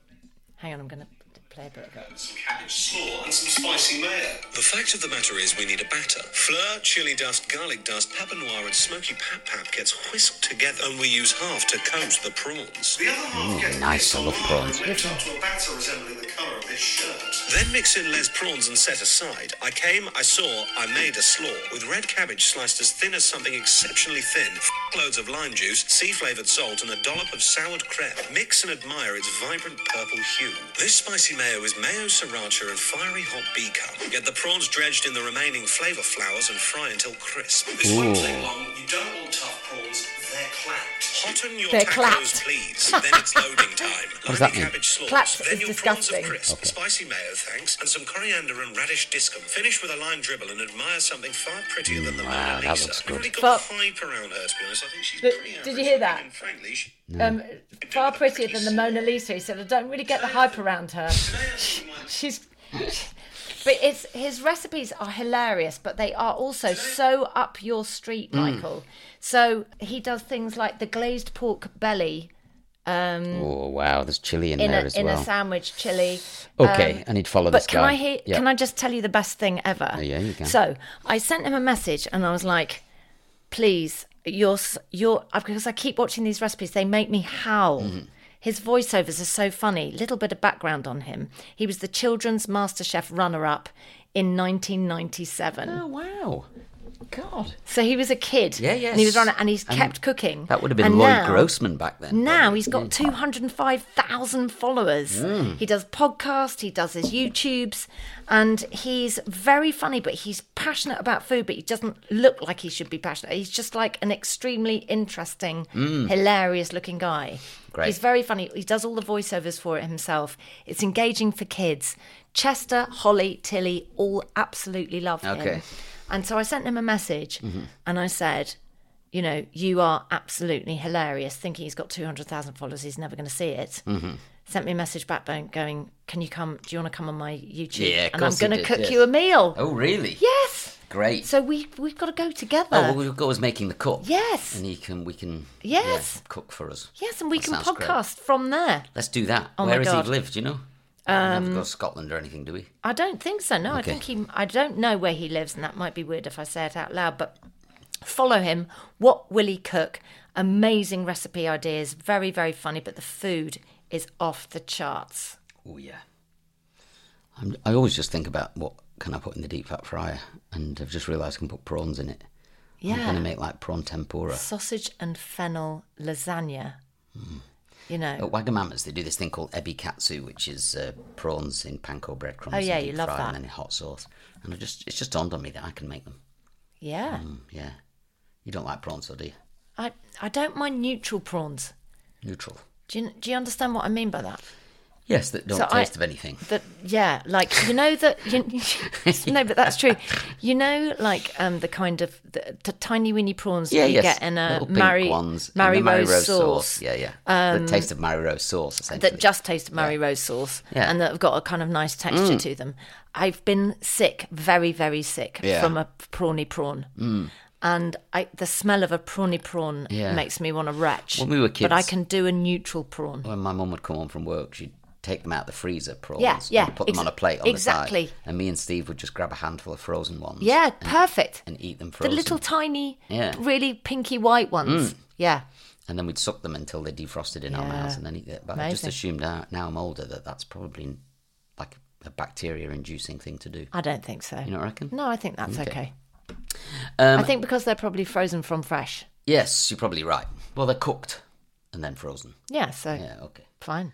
Hang on, I'm going to play a bit of it.
some cabbage slaw and some spicy mayo. The fact of the matter is we need a batter. Fleur, chili dust, garlic dust, papa noir and smoky pap pap gets whisked together and we use half to coat the prawns. The other half gets
Mm, nice, I love prawns.
whipped up to a batter resembling the colour of this shirt. Then mix in Les prawns and set aside. I came, I saw, I made a slaw with red cabbage sliced as thin as something exceptionally thin, f- loads of lime juice, sea flavoured salt, and a dollop of soured creme. Mix and admire its vibrant purple hue. This spicy mayo is mayo sriracha and fiery hot bee cup. Get the prawns dredged in the remaining flavour flowers and fry until crisp. This won't take long. You don't want tough prawns. They're clapped. Hotten your
They're
tacos,
clapped.
please. Then it's loading time.
What does
Limey
that mean?
cabbage sauce.
Clapped
then
is
your
disgusting.
prawns are crisp. Spicy mayo, thanks, and some coriander and radish discum. Finish with a lime dribble and admire something far prettier than the
Mm,
wow,
Mona
that
Lisa.
looks
I've already
good.
got
But-
hype around her, to be honest. I think she's
But
pretty
did
average
you hear
looking,
that?
and frankly, she-
Um, far prettier than the Mona Lisa. He said, I don't really get the hype around her.
Today I think you might-
She's. But it's his recipes are hilarious, but they are also so up your
Mm.
street, Michael. So he does things like the glazed pork belly
Oh wow, there's chili in,
in
there
a
as
in
well.
a sandwich chili.
okay, I need to follow this
But can
guy.
I hear,
Yeah.
can I just tell you the best thing ever?
yeah, you can.
So I sent him a message and I was like, please, your your because I keep watching these recipes, they make me howl.
Mm-hmm.
His voiceovers are so funny. Little bit of background on him. He was the children's MasterChef runner-up in 1997.
Oh wow,
God.
So he was a kid.
Yeah,
And he was
yes.
on it, and he's
And
kept cooking.
That would have been
And
Lloyd
now-
Grossman back then.
Now
probably.
he's got 205,000 followers. He does podcasts, he does his YouTubes, and he's very funny, but he's passionate about food, but he doesn't look like he should be passionate. He's just like an extremely interesting, hilarious looking guy.
Great.
He's very funny. He does all the voiceovers for it himself. It's engaging for kids. Chester, Holly, Tilly all absolutely love
Okay. Mm-hmm.
him. Um, And so I sent him a message and I said, you know, you are absolutely hilarious. Thinking he's got 200,000 followers, he's never going to see it.
Mm-hmm.
Sent me a message back going, Can you come? Do you want to come on my YouTube?
Yeah, of
and I'm
course he
going to
did,
cook
yes.
you a meal.
Oh, really?
Yes.
Great.
So we, we've got to go together.
oh, well, we've got us making the cup.
Yes.
And he can, we can,
Yes.
yeah, cook for us.
yes, and we
That
can
sounds great.
podcast from there.
Let's do that.
Oh my
Where has
God. Um,
he lived? Do you know? We don't have to go to Scotland or anything, do we?
I don't think so. No, I
Okay.
think he. I don't know where he lives, and that might be weird if I say it out loud. But follow him. What will he cook? Amazing recipe ideas. Very very funny, but the food is off the charts.
Oh yeah. I'm, I always just think about what can I put in the deep fat fryer, and I've just realised I can put prawns in it. I'm
Yeah.
gonna make like prawn tempura.
sausage and fennel lasagna. You know.
At Wagamama's, they do this thing called ebikatsu, which is uh, prawns in panko breadcrumbs.
Oh, yeah,
and
you
deep
love
fry
that.
And then in hot sauce. And I just it's just dawned on me that I can make them.
Yeah.
Mm, yeah. You don't like prawns, though, do you?
I I don't mind neutral prawns.
Neutral.
Do you do you understand what I mean by that?
Yes, that don't
So I-
taste of anything.
That yeah, like you know that you, no, but that's true. You know, like um the kind of the, the tiny weeny prawns
Yeah,
that you
yes.
get in a
Little pink
Mary
ones and
Mary
the Mary
Rose, sauce. Um,
Yeah, yeah. the taste of Mary Rose sauce, essentially.
that just taste Murray rose sauce
Yeah. Mm.
and that have got a kind of nice texture to them. I've been sick, very, very sick
Yeah. Mm.
from a prawny prawn. And I, the smell of a prawny prawn
Yeah.
makes me want to retch.
When we were
But I
kids-
can do a neutral prawn.
When my mum would come home from work, she'd take them out of the freezer, prawns,
Yeah, yeah,
and put them on a
exa-
plate on the
exactly.
side. And me and Steve would just grab a handful of frozen ones.
Yeah, perfect.
And eat them
The
frozen.
little tiny,
Yeah. Mm.
really pinky white ones. Yeah.
and then we'd suck them until they defrosted in our
Yeah.
mouths and then eat it. But I just
Amazing.
assumed now, now I'm older that that's probably like a bacteria-inducing thing to do.
I don't think so.
You know what I reckon?
No, I think that's okay.
Um,
I think because they're probably frozen from fresh.
Yes, you're probably right. Well, they're cooked and then frozen.
Yeah, so
Yeah, okay.
fine.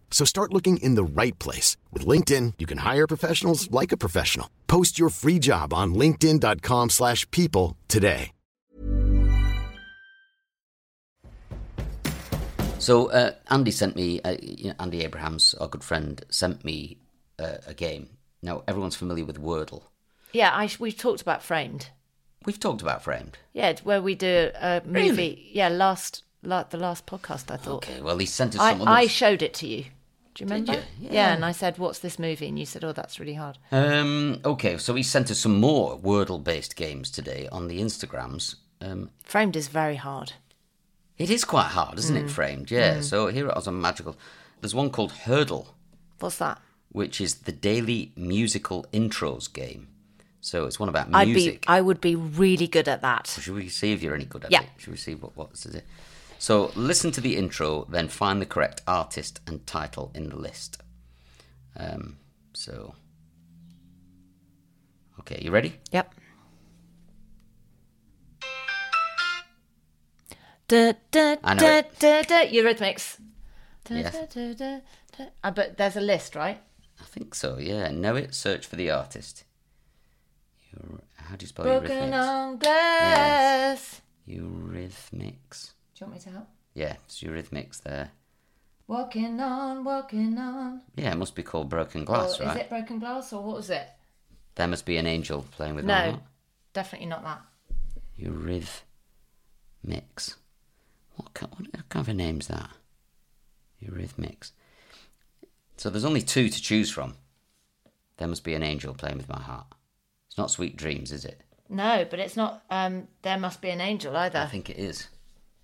So start looking in the right place. With LinkedIn, you can hire professionals like a professional. Post your free job on linkedin.com/people slash people today.
So uh, Andy sent me, uh, you know, Andy Abrahams, our good friend, sent me uh, a game. Now everyone's familiar with Wordle.
Yeah, I, we talked about framed.
We've talked about framed.
Yeah, it's where we do a movie.
Really?
Yeah, last like the last podcast I thought.
Okay, well he sent us
I,
some.
I
others.
showed it to you. Do you remember?
you?
Yeah. and I said, "What's this movie?" And you said, "Oh, that's really hard."
Um, okay, so he sent us some more Wordle-based games today on the Instagrams. Um,
Framed is very hard.
it is quite hard, isn't
Mm.
it? Framed, yeah. So here are some magical. There's one called Hurdle,
What's that?
which is the daily musical intros game. So it's one about
I'd
music.
be, I would be really good at that.
Should we see if you're any good at
Yeah.
it? Should we see what what's it? So listen to the intro, then find the correct artist and title in the list. Um, so, okay, you ready?
Yep. Da, da,
I know
da,
it.
da, da, Eurythmics. Da,
Yes.
da, da, da, da. Uh, but there's a list, right?
I think so. Yeah, know it. Search for the artist. Eur- How do you spell
Broken
Eurythmics?
on glass.
Eurythmics.
Do you want me to help?
Yeah, it's Eurythmics there.
Walking on, walking on.
Yeah, it must be called Broken
Or
Glass,
is
right?
it broken glass or what was it?
There must be an angel playing with
no,
my heart.
definitely not that.
You riv mix. What kind, what kind of a name's that? Eurythmics. So there's only two to choose from. There must be an angel playing with my heart. It's not Sweet Dreams, is it?
No, but it's not. Um, there must be an angel
I
either.
think it is.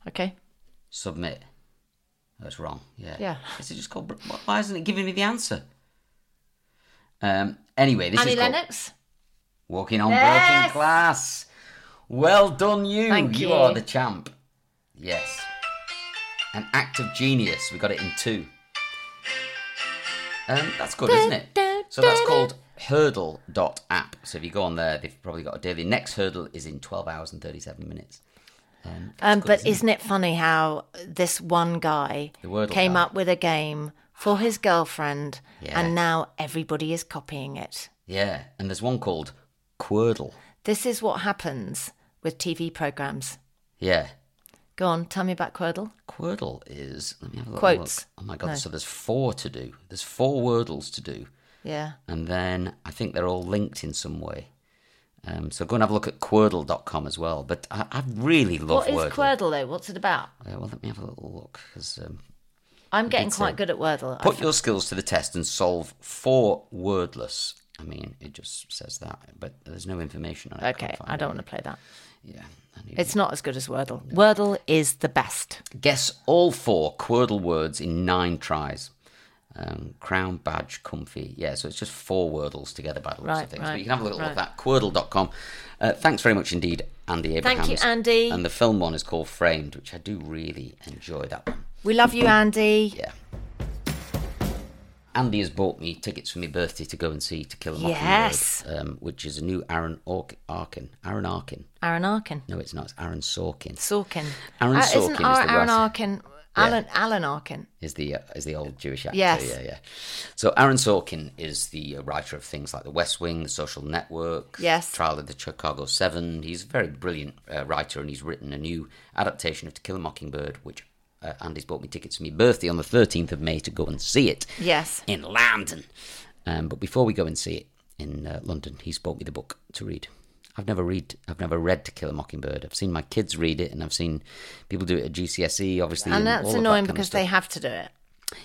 Okay.
Submit. That's wrong. Yeah.
Yeah.
Is it just called? Bro- wh- Why isn't it giving me the answer? Um. Anyway, this
Annie
is called
Lennox.
Walking on
Yes!
Broken Glass. Well done, you.
Thank
you.
you.
are the champ. Yes. An act of genius. We got it in two. Um, that's good, isn't it? So that's called hurdle.app. So if you go on there, they've probably got a daily. Next hurdle is in 12 hours and 37 minutes. Um, that's
Um,
good,
but isn't it funny how this one guy
The Wordle
came
guy.
up with a game for his girlfriend,
Yeah.
and now everybody is copying it?
Yeah, and there's one called Quirtle.
This is what happens with TV programs.
Yeah.
Go on, tell me about Quirtle.
Quirtle is. Let me have a little
Quotes.
look. Oh my god!
No.
So there's four to do. There's four Wordles to do.
Yeah.
and then I think they're all linked in some way. Um, so go and have a look at Quirtle.com as well. But I, I really love
what is
Wordle.
Quirtle though? What's it about?
Uh, well, let me have a little look because um,
I'm getting
say-
quite good at Wordle.
put your skills to the test and solve four wordless. I mean, it just says that, but there's no information on it.
I-
I
okay,
can't find
I don't
it.
want to play that.
Yeah, I need
It's not as good as Wordle. Wordle is the best.
Guess all four Quirtle words in nine tries. Um, crown, badge, comfy. Yeah, so it's just four Wordles together by the looks
Right,
of things. but
right,
you can have a little look
right.
at that. Quirtle.com. Uh, thanks very much indeed, Andy
Thank you,
Abrahams.
Andy.
And the film one is called Framed, which I do really enjoy that one.
We love you, Andy.
Yeah. Andy has bought me tickets for my birthday to go and see To Kill a Mockingbird,
Yes.
um, which is a new Aaron Ork- Arkin. Aaron Arkin.
Aaron Arkin.
No, it's not. It's Aaron Sorkin.
Sorkin.
Aaron
Uh,
Sorkin is
Isn't our
the
Aaron
writer.
Arkin Alan Alan Arkin?
is the uh, is the old Jewish actor.
Yes.
Yeah, yeah. So Aaron Sorkin is the uh, writer of things like The West Wing, The Social Network,
Yes.
Trial of the Chicago Seven. He's a very brilliant uh, writer, and he's written a new adaptation of To Kill a Mockingbird, which uh, Andy's bought me tickets for my birthday on the thirteenth of May to go and see it
Yes.
in London. Um, but before we go and see it in uh, London, he's bought me the book to read. I've never read. I've never read To Kill a Mockingbird. I've seen my kids read it, and I've seen people do it at GCSE, E, obviously.
And
all
that's
of that
annoying
kind of
because
stuff.
they have to do it.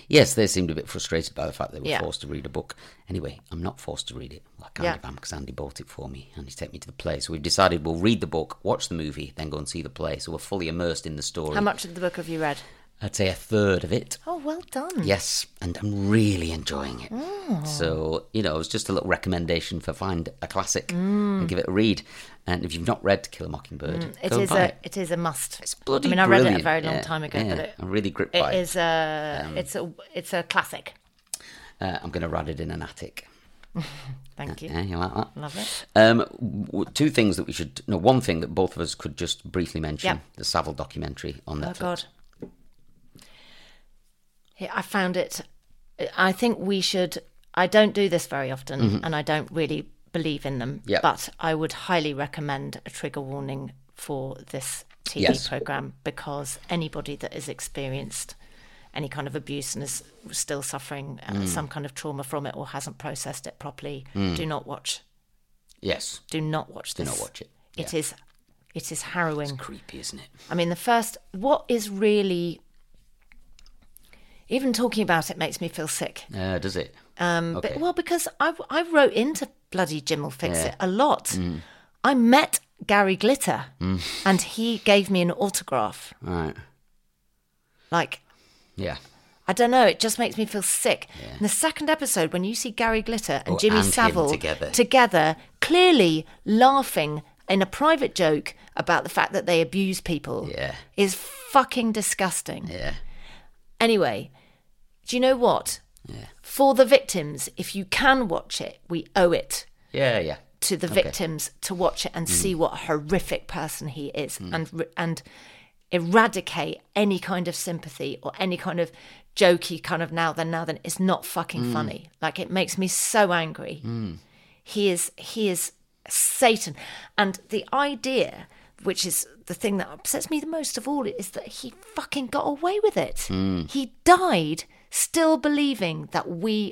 Yes, they seemed a bit frustrated by the fact they were
Yeah.
forced to read a book. Anyway, I'm not forced to read it. Well, I kind
Yeah.
of am because Andy bought it for me and he's taken me to the play. So we've decided we'll read the book, watch the movie, then go and see the play. So we're fully immersed in the story.
How much of the book have you read?
I'd say a third of it.
Oh, well done.
Yes, and I'm really enjoying it.
Oh.
So, you know, it's just a little recommendation for find a classic and give it a read. And if you've not read To Kill a Mockingbird,
Hmm. It
go and
is
buy
a
it.
it is a must.
It's bloody
I mean, I read it a
brilliant.
very long
Yeah,
time ago,
yeah, Um,
but it,
I'm really gripped by
it
it.
is a it's a it's a classic.
Uh, I'm going to rat it in an attic.
Thank you.
Yeah, eh? you like that?
Love it.
Um, w- two things that we should no one thing that both of us could just briefly mention
Yep.
the Savile documentary on
Oh
Netflix.
God. Yeah, I found it. I think we should. I don't do this very often, and I don't really believe in them.
Mm-hmm. Yeah.
But I would highly recommend a trigger warning for this TV
Yes.
program because anybody that has experienced any kind of abuse and is still suffering uh,
Mm.
some kind of trauma from it or hasn't processed it properly, do not watch.
Yes,
Do not watch
Mm. do
this.
not watch it.
It is. It is harrowing.
creepy, isn't it?
I mean, the first, what is really, even talking about it makes me feel sick. Mm,
Uh, does it? Um,
But, well, because I, I wrote into bloody Jim will fix it a lot.
Mm.
I met Gary Glitter and he gave me an autograph.
right.
Like,
Yeah.
I don't know, it just makes me feel sick. In the second episode, when you see Gary Glitter and
Oh,
Jimmy
and him
Savile
together.
together, clearly laughing in a private joke about the fact that they abuse people
Yeah.
is fucking disgusting.
Yeah.
Anyway, do you know what? For the victims, if you can watch it, we owe it
Yeah. Yeah.
to the victims to watch it and see what a horrific person he is and re- and eradicate any kind of sympathy or any kind of jokey kind of now then now then it's not fucking funny like it makes me so angry he is he is satan and the idea which is the thing that upsets me the most of all is that he fucking got away with it he died still believing that we,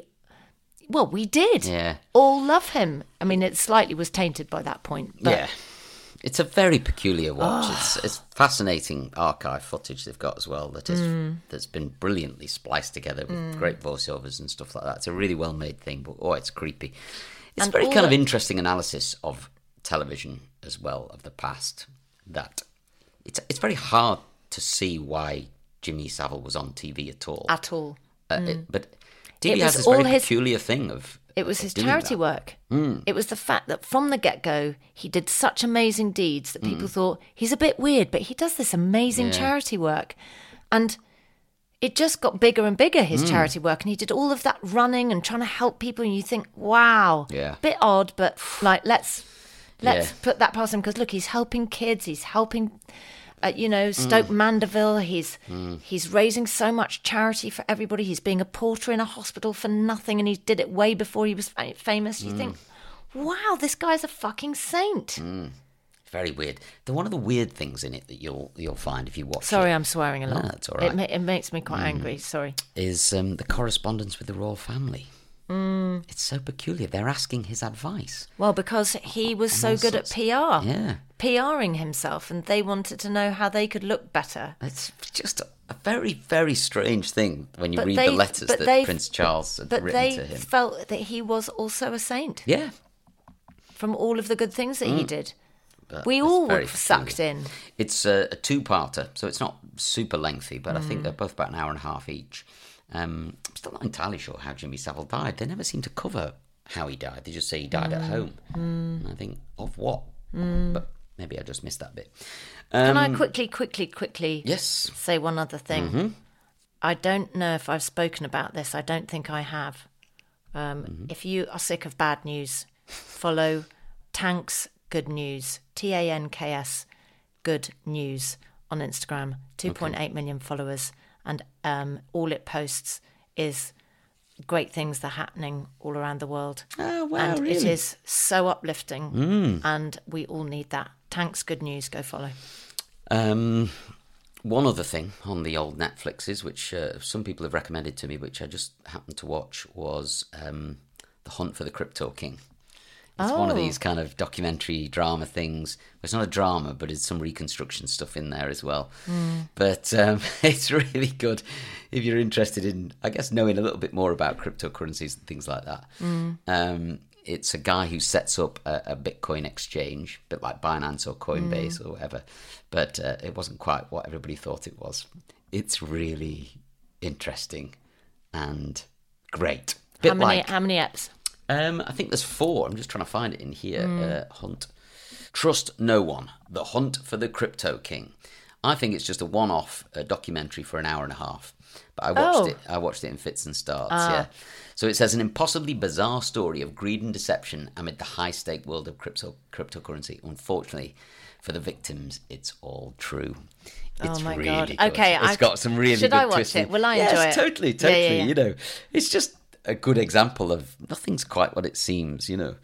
well, we did
Yeah.
all love him. I mean, it slightly was tainted by that point. But Ah.
yeah. It's a very peculiar watch. It's, it's fascinating archive footage they've got as well that is
Mm.
that's been brilliantly spliced together with great voiceovers and stuff like that. It's a really well made thing, but oh, it's creepy. It's
And
very
all
kind of
the-
interesting analysis of television as well of the past. That it's it's very hard to see why Jimmy Savile was on TV at all.
at all,
Uh, it- but TV
was
has this
all
very
his-
peculiar thing of
it was
of
his
doing
charity
that. Hmm.
work. It was the fact that from the get go, he did such amazing deeds that
Hmm.
people thought he's a bit weird, but he does this amazing charity work. And it just got bigger and bigger,
Hmm.
his charity work. And he did all of that running and trying to help people. And you think, wow,
Yeah.
bit odd, but like, let's. Let's
Yeah.
put that past him because look, he's helping kids. He's helping at you know Stoke
Mm.
Mandeville. He's he's raising so much charity for everybody. He's being a porter in a hospital for nothing, and he did it way before he was fa- famous.
Mm.
You think, wow, this guy's a fucking saint.
Mm. Very weird. The one of the weird things in it that you'll you'll find if you watch
Sorry,
it
I'm swearing a lot.
No, that's all right. Mm.
It, ma- it makes me quite angry. Sorry.
is um, the correspondence with the royal family. Mm. It's so peculiar. They're asking his advice.
Well, because he was so
all
good at
sorts-
PR,
Yeah,
PRing himself, and they wanted to know how they could look better.
it's just a, a very very strange thing when you
But
read
they-
the letters
but
that
they-
Prince Charles had
But
written
they
to him.
felt that he was also a saint
yeah,
from all of the good things that he did.
but
We
it's
all
very
were sucked
peculiar.
in.
It's a, a two-parter, so it's not super lengthy, but I
Mm.
think they're both about an hour and a half each. Um, I'm still not entirely sure how Jimmy Savile died. They never seem to cover how he died. They just say he died
Mm.
at home. And I think of what, but maybe I just missed that bit.
Can I quickly, quickly, quickly
Yes,
say one other thing?
Mm-hmm.
I don't know if I've spoken about this. I don't think I have. Um,
Mm-hmm.
If you are sick of bad news, follow Tanks Good News, T A N K S Good News on Instagram. Two point eight million followers, and um, all it posts is great things that are happening all around the world.
Oh, wow,
and it
really? Mm.
is so uplifting, and we all need that. Tanks Good News, go follow.
Um, one other thing on the old Netflixes, which uh, some people have recommended to me, which I just happened to watch, was um, The Hunt for the Crypto King. It's one of
Oh.
these kind of documentary drama things. It's not a drama, but it's some reconstruction stuff in there as well.
Hmm.
But um, it's really good if you're interested in, I guess, knowing a little bit more about cryptocurrencies and things like that.
Hmm.
Um, it's a guy who sets up a, a Bitcoin exchange, a bit like Binance or Coinbase
Hmm.
or whatever. But uh, it wasn't quite what everybody thought it was. It's really interesting and great. Bit
How many,
like-
how many apps?
um, I think there's four. I'm just trying to find it in here. Uh, hunt. Trust no one. The hunt for the crypto king. I think it's just a one-off uh, documentary for an hour and a half. But I watched
Oh.
it. I watched it in fits and starts. Yeah. So it says an impossibly bizarre story of greed and deception amid the high-stake world of crypto cryptocurrency. Unfortunately, for the victims, it's all true. It's
Oh my
really
God.
good.
Okay,
it's
I-
got some really
should
good
I watch
twists
it?
in-
Will I
Yes,
enjoy it?
Totally,
Yeah, yeah,
totally.
yeah.
You know, it's just a good example of nothing's quite what it seems, you know.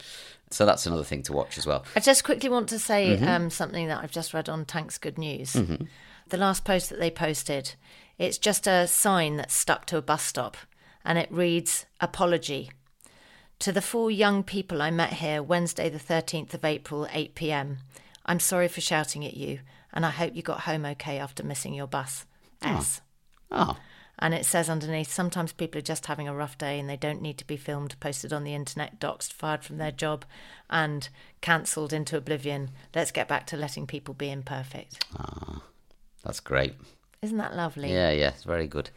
So that's another thing to watch as well.
I just quickly want to say um, something that I've just read on Tanks Good News. The last post that they posted, it's just a sign that's stuck to a bus stop and it reads Apology. To the four young people I met here Wednesday, the 13th of April, 8 pm, I'm sorry for shouting at you and I hope you got home okay after missing your bus. S.
Oh,
And it says underneath, sometimes people are just having a rough day and they don't need to be filmed, posted on the internet, doxed, fired from their job, and cancelled into oblivion. Let's get back to letting people be imperfect.
ah, that's great.
Isn't that lovely?
Yeah, yeah, it's very good.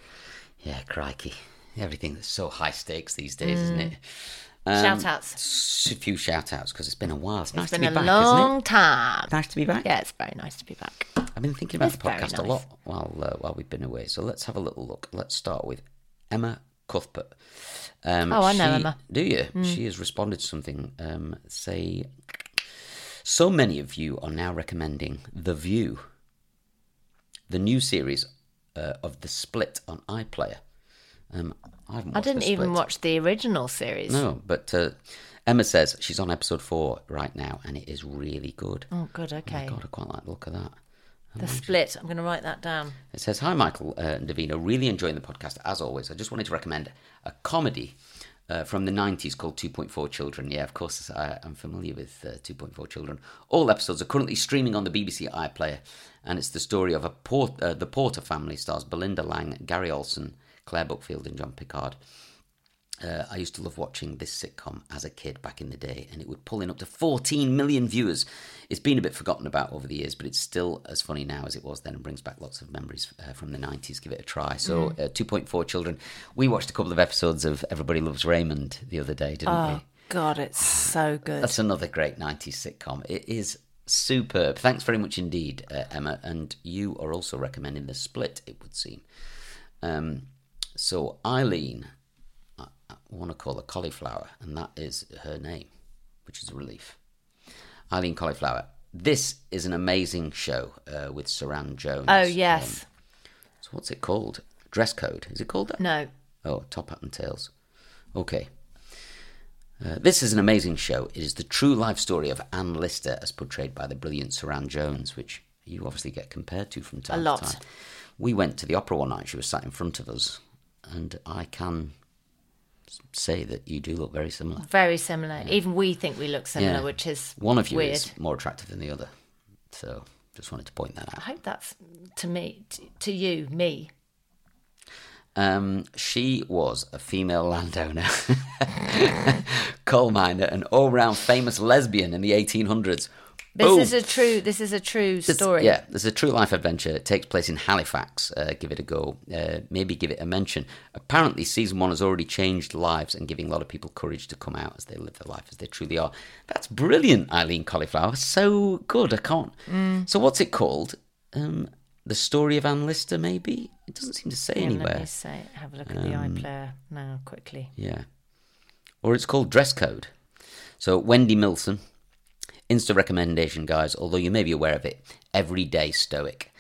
Yeah, crikey. Everything that's so high stakes these days, isn't it? Um,
Mm. Shout outs.
s- A few shout outs because it's been a while. It's, nice
It's been
to
a
be back, isn't
long
it?
time.
Nice to be back.
Yeah, it's very nice to be back.
I've been thinking about
It's
the podcast
very
a
nice.
lot while uh, while we've been away. So let's have a little look. Let's start with Emma Cuthbert. Um,
Oh, I know
she-
Emma. Mm.
Do you? She has responded to something. Um, say, so many of you are now recommending The View, the new series uh, of The Split on iPlayer. Um, I, haven't
I
watched The
didn't even
Split.
watch the original series.
No, but uh, Emma says she's on episode four right now, and it is really good.
Oh, good, okay.
God, I quite like the look of that.
The split. I'm going to write that down.
It says, Hi, Michael uh, and Davina. Really enjoying the podcast as always. I just wanted to recommend a comedy uh, from the 90s called 2.4 Children. Yeah, of course, I, I'm familiar with uh, 2.4 Children. All episodes are currently streaming on the BBC iPlayer, and it's the story of a Port, uh, the Porter family, stars Belinda Lang, Gary Olson, Claire Buckfield, and John Picard. Uh, I used to love watching this sitcom as a kid back in the day, and it would pull in up to 14 million viewers. It's been a bit forgotten about over the years, but it's still as funny now as it was then and brings back lots of memories uh, from the 90s. Give it a try. So, uh, 2.4 children. We watched a couple of episodes of Everybody Loves Raymond the other day, didn't
Ah,
we?
God, it's so good.
That's another great 90s sitcom. It is superb. Thanks very much indeed, uh, Emma. And you are also recommending The Split, it would seem. Um, so, Eileen, I, I want to call her Cauliflower, and that is her name, which is a relief. Eileen Cauliflower. This is an amazing show uh, with Saran Jones.
Oh, yes.
Um, so, what's it called? Dress Code. Is it called that?
no.
Oh, Top Hat and Tails. Okay. Uh, this is an amazing show. It is the true life story of Anne Lister as portrayed by the brilliant Saran Jones, which you obviously get compared to from time
A lot.
to time. We went to the opera one night. She was sat in front of us, and I can s- say that you do look very similar.
Very similar. Even we think we look similar,
Yeah.
which is
One of you
weird.
is more attractive than the other, so just wanted to point that
I
out.
hope that's to me, t- to you, me.
Um, she was a female landowner, coal miner, an all-round famous lesbian in the 1800s.
This
Boom.
is a true. This is a true
This-
story.
Yeah, there's a true life adventure. It takes place in Halifax. Uh, give it a go. Uh, maybe give it a mention. Apparently, season one has already changed lives and giving a lot of people courage to come out as they live their life as they truly are. That's brilliant, Eileen Cauliflower. So good. I can't.
Mm.
So, what's it called? Um, the story of Anne Lister, maybe? It doesn't seem to say
Yeah, Let
anywhere. Um,
me say, have a look at the iPlayer now quickly.
Yeah. Or it's called Dress Code. So, Wendy Milson, Insta recommendation, guys, although you may be aware of it, Everyday Stoic.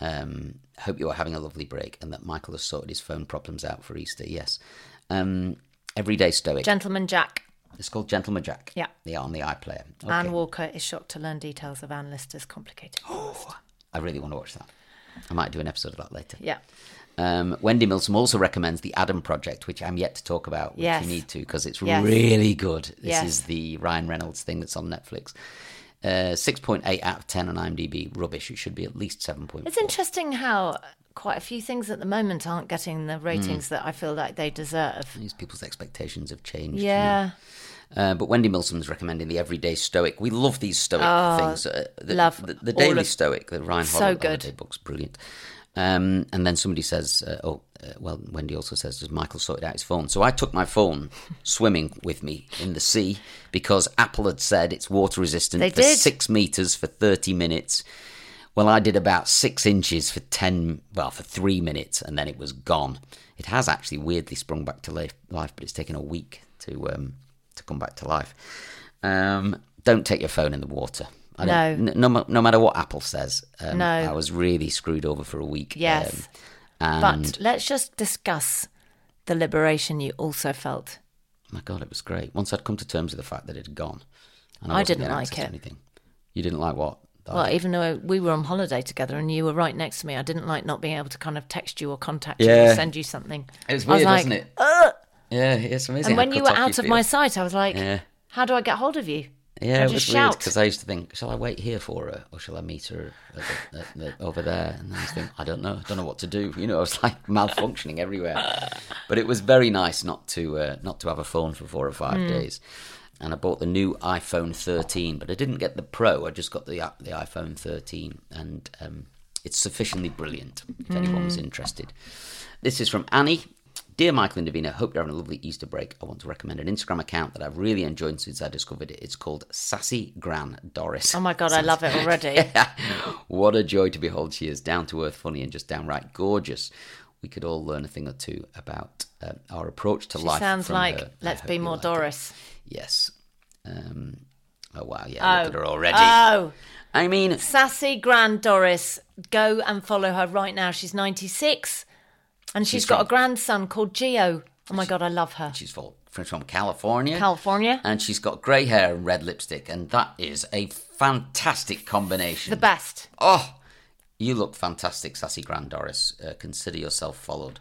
Um, hope you are having a lovely break and that Michael has sorted his phone problems out for Easter. Yes. Um, Everyday Stoic.
Gentleman Jack.
it's called Gentleman Jack.
Yeah.
They are on the iPlayer. Okay.
Anne Walker is shocked to learn details of Anne Lister's complicated.
I really want to watch that. I might do an episode of that later.
yeah.
Um, Wendy Milsom also recommends the Adam Project, which I'm yet to talk about, which
Yes.
you need to because it's
Yes.
really good. This
Yes.
is the Ryan Reynolds thing that's on Netflix. Uh, 6.8 out of 10 on IMDb. Rubbish. It should be at least 7.4.
It's interesting how quite a few things at the moment aren't getting
Hmm.
the ratings that I feel like they deserve.
These people's expectations have changed. you know.
Yeah.
Uh, but Wendy Milsom's recommending the Everyday Stoic. We love these Stoic things. Uh, the,
Ah, love
the, the
all
Daily
of-
Stoic, the Ryan
So
Holiday,
good.
Holiday book's brilliant. Um, and then somebody says, uh, "Oh, uh, well." Wendy also says, "Does Michael sorted out his phone?" So I took my phone swimming with me in the sea because Apple had said it's water resistant
They
for
did.
six meters for thirty minutes. Well, I did about six inches for ten, well, for three minutes, and then it was gone. It has actually weirdly sprung back to life, life but it's taken a week to um, to come back to life. Um, don't take your phone in the water. I don't-
No.
n- no, ma- no matter what Apple says. Um,
No.
I was really screwed over for a week.
Yes.
Um, and
But let's just discuss the liberation you also felt.
my God, it was great. Once I'd come to terms with the fact that it had gone, and
I
wasn't
didn't
getting
like
access to
it.
Anything. You didn't like what? That
Well, even though we were on holiday together and you were right next to me, I didn't like not being able to kind of text you or contact you
Yeah.
or send you something.
It was
I
weird,
like,
wasn't it? Yeah, it's amazing.
And
how
when you
cut
were
off
out of
feel.
my sight, I was like,
Yeah.
how do I get hold of you?
Yeah,
I
it
just
was weird
shout.
because I used to think, shall I wait here for her or shall I meet her at the, at the, over there? And I was thinking, I don't know, I don't know what to do. You know, I was like malfunctioning everywhere. But it was very nice not to uh, not to have a phone for four or
Hmm.
five days. And I bought the new iPhone 13, but I didn't get the Pro. I just got the i- the iPhone 13, and um, it's sufficiently brilliant if
Hmm.
anyone was interested. This is from Annie. Dear Michael and Davina, hope you're having a lovely Easter break. I want to recommend an Instagram account that I've really enjoyed since I discovered it. It's called Sassy Gran Doris.
Oh my God, I love it already.
what a joy to behold she is. Down to earth, funny, and just downright gorgeous. We could all learn a thing or two about um, our approach to
She
life.
sounds
from
like,
her. I
let's
hope
be
you
more
like it.
Doris.
Yes. Um, oh, wow. Yeah, look at her already.
Oh,
I mean,
sassy grand Doris. Go and follow her right now. She's 96 and she's
She's
got
from-
a grandson called Geo. Oh my God, I love her.
she's from, from California.
California.
and she's got grey hair and red lipstick, and that is a fantastic combination.
The best.
Oh, You look fantastic, Sassy Grand Doris. Uh, consider yourself followed.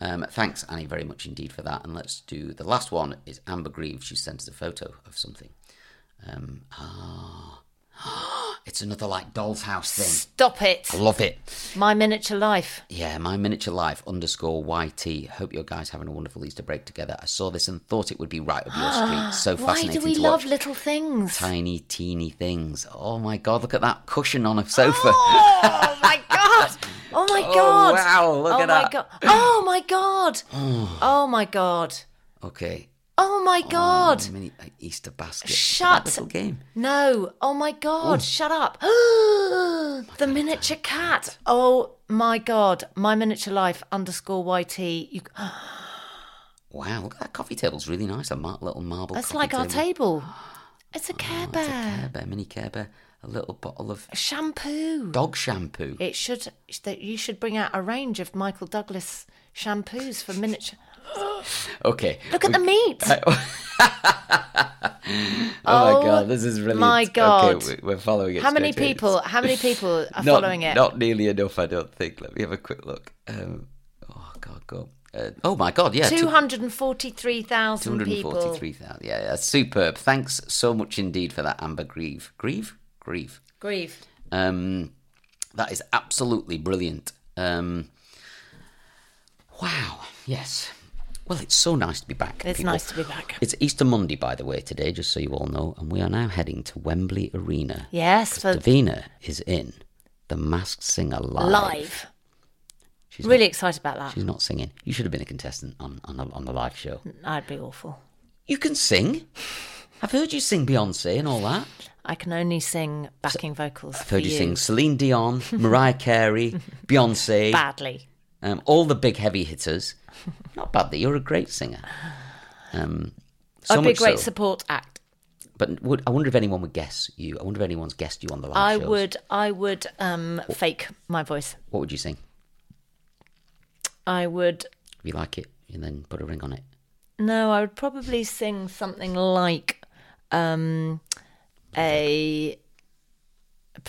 Um, thanks, Annie, very much indeed for that. And let's do the last one. Is Amber Greaves? She sent us a photo of something. Um, ah, it's another like Doll's House thing.
Stop it.
Love it.
My miniature life.
Yeah, my miniature life underscore YT. Hope your guys having a wonderful Easter break together. I saw this and thought it would be right up your street. So
Why
fascinating
do we
to
love
watch.
little things?
Tiny, teeny things. Oh my god! Look at that cushion on a sofa.
Oh my god! Oh my god!
wow, look
oh
at
my
that.
God. Oh my god! oh my god!
Okay.
Oh my god!
Oh, mini uh, Easter basket.
Shut-
That little game.
No! Oh my god! Shut up! the miniature cat. Oh my god! My miniature life underscore yt. You,
Wow, look at that coffee table's really nice. A mar- little marble.
that's
coffee
like our
table.
table. It's a Care Bear.
It's a Care Bear, mini Care Bear. A little bottle of
shampoo.
dog shampoo.
It should that you should bring out a range of Michael Douglas shampoos for miniature.
Okay.
Look at the meat.
Oh,
Oh
my god, this is brilliant.
my God.
Okay, we- we're following it.
How many
straight away.
people? How many people are
Not-
following it?
Not nearly enough, I don't think. Let me have a quick look. Um, oh god, go. Uh, oh my god, yeah.
Two
two-
hundred forty-three thousand people.
243,000. Yeah, yeah, superb. Thanks so much indeed for that, Amber Grieve. Grieve? Grieve.
Grieve.
Um, that is absolutely brilliant. Um, wow. Yes. Well, it's so nice to be back.
It's
people.
nice to be back.
It's Easter Monday, by the way, today, just so you all know, and we are now heading to Wembley Arena.
Yes, for
Davina is in The Masked Singer live.
live.
She's
Really
Not,
excited about that.
she's not singing. You should have been a contestant on on the, on the live show.
I'd be awful.
You can sing. I've heard you sing Beyonce and all that.
I can only sing backing vocals.
I've
for
heard you,
you.
sing Celine Dion, Mariah Carey, Beyonce,
badly.
um, all the big heavy hitters. Not bad that you're a great singer. Um, so
I'd be a
much
great
so-
support act.
But would, I wonder if anyone would guess you. I wonder if anyone's guessed you on the live
I
shows.
would. I would um, fake my voice.
What would you sing?
I would.
If you like it, and then put a ring on it.
No, I would probably sing something like um, a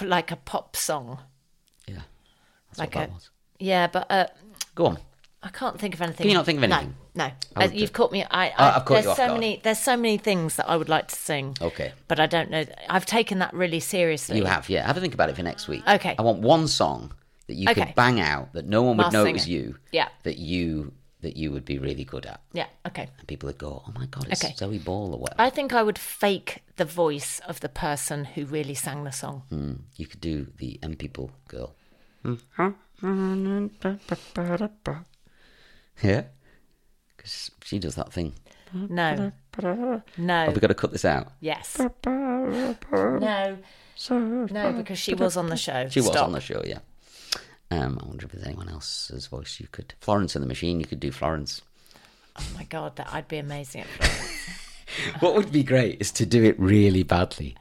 like a pop song.
Yeah, that's
Like
what that
a-
was.
Yeah, but uh,
Go on.
I can't think of anything.
Can you not think of
No,
anything?
No,
I
Uh,
would
you've
do.
caught me. I, I
Ah, I've caught
there's
you off
so
guard.
many. There's so many things that I would like to sing,
Okay.
but I don't know. I've taken that really seriously.
You have, yeah. Have a think about it for next week.
Okay.
I want one song that you
Okay.
could bang out that no one would
Masked
know
Singer.
it was you.
Yeah.
That you that you would be really good at,
Yeah. Okay.
and people would go, "Oh my god, it's
Okay.
Zoe Ball or whatever."
I think I would fake the voice of the person who really sang the song.
You could do the M People girl. Yeah. Because she does that thing.
No.
Oh,
No.
we got to cut this out.
Yes. No. No, because she was on the show.
She was
Stop.
on the show, yeah. Um, I wonder if there's anyone else's voice you could. Florence and the Machine. You could do Florence.
Oh my god, that I'd be amazing. At
what would be great is to do it really badly.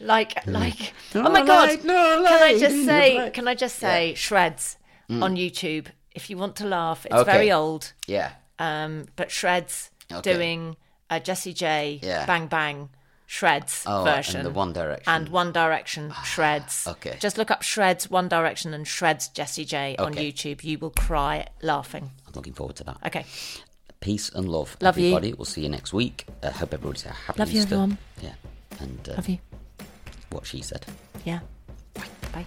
like, like. oh my god.
no
can I just say? Can I just say? Shreds on YouTube. If you want to laugh, it's
Mm. Okay.
very old.
Yeah.
Um, but Shreds
Okay.
doing a Jesse J
Yeah.
Bang Bang Shreds
Oh,
version.
and the One Direction. Ah,
and One Direction Shreds.
okay.
Just look up Shreds One Direction and Shreds Jesse J on
Okay.
YouTube. You will cry laughing.
I'm looking forward to that.
Okay.
Peace and love,
Love you.
everybody. We'll see you next week. I hope everybody's had a happy
Love you,
Easter.
everyone.
Yeah. And uh,
Love you.
what she said.
Yeah. Bye.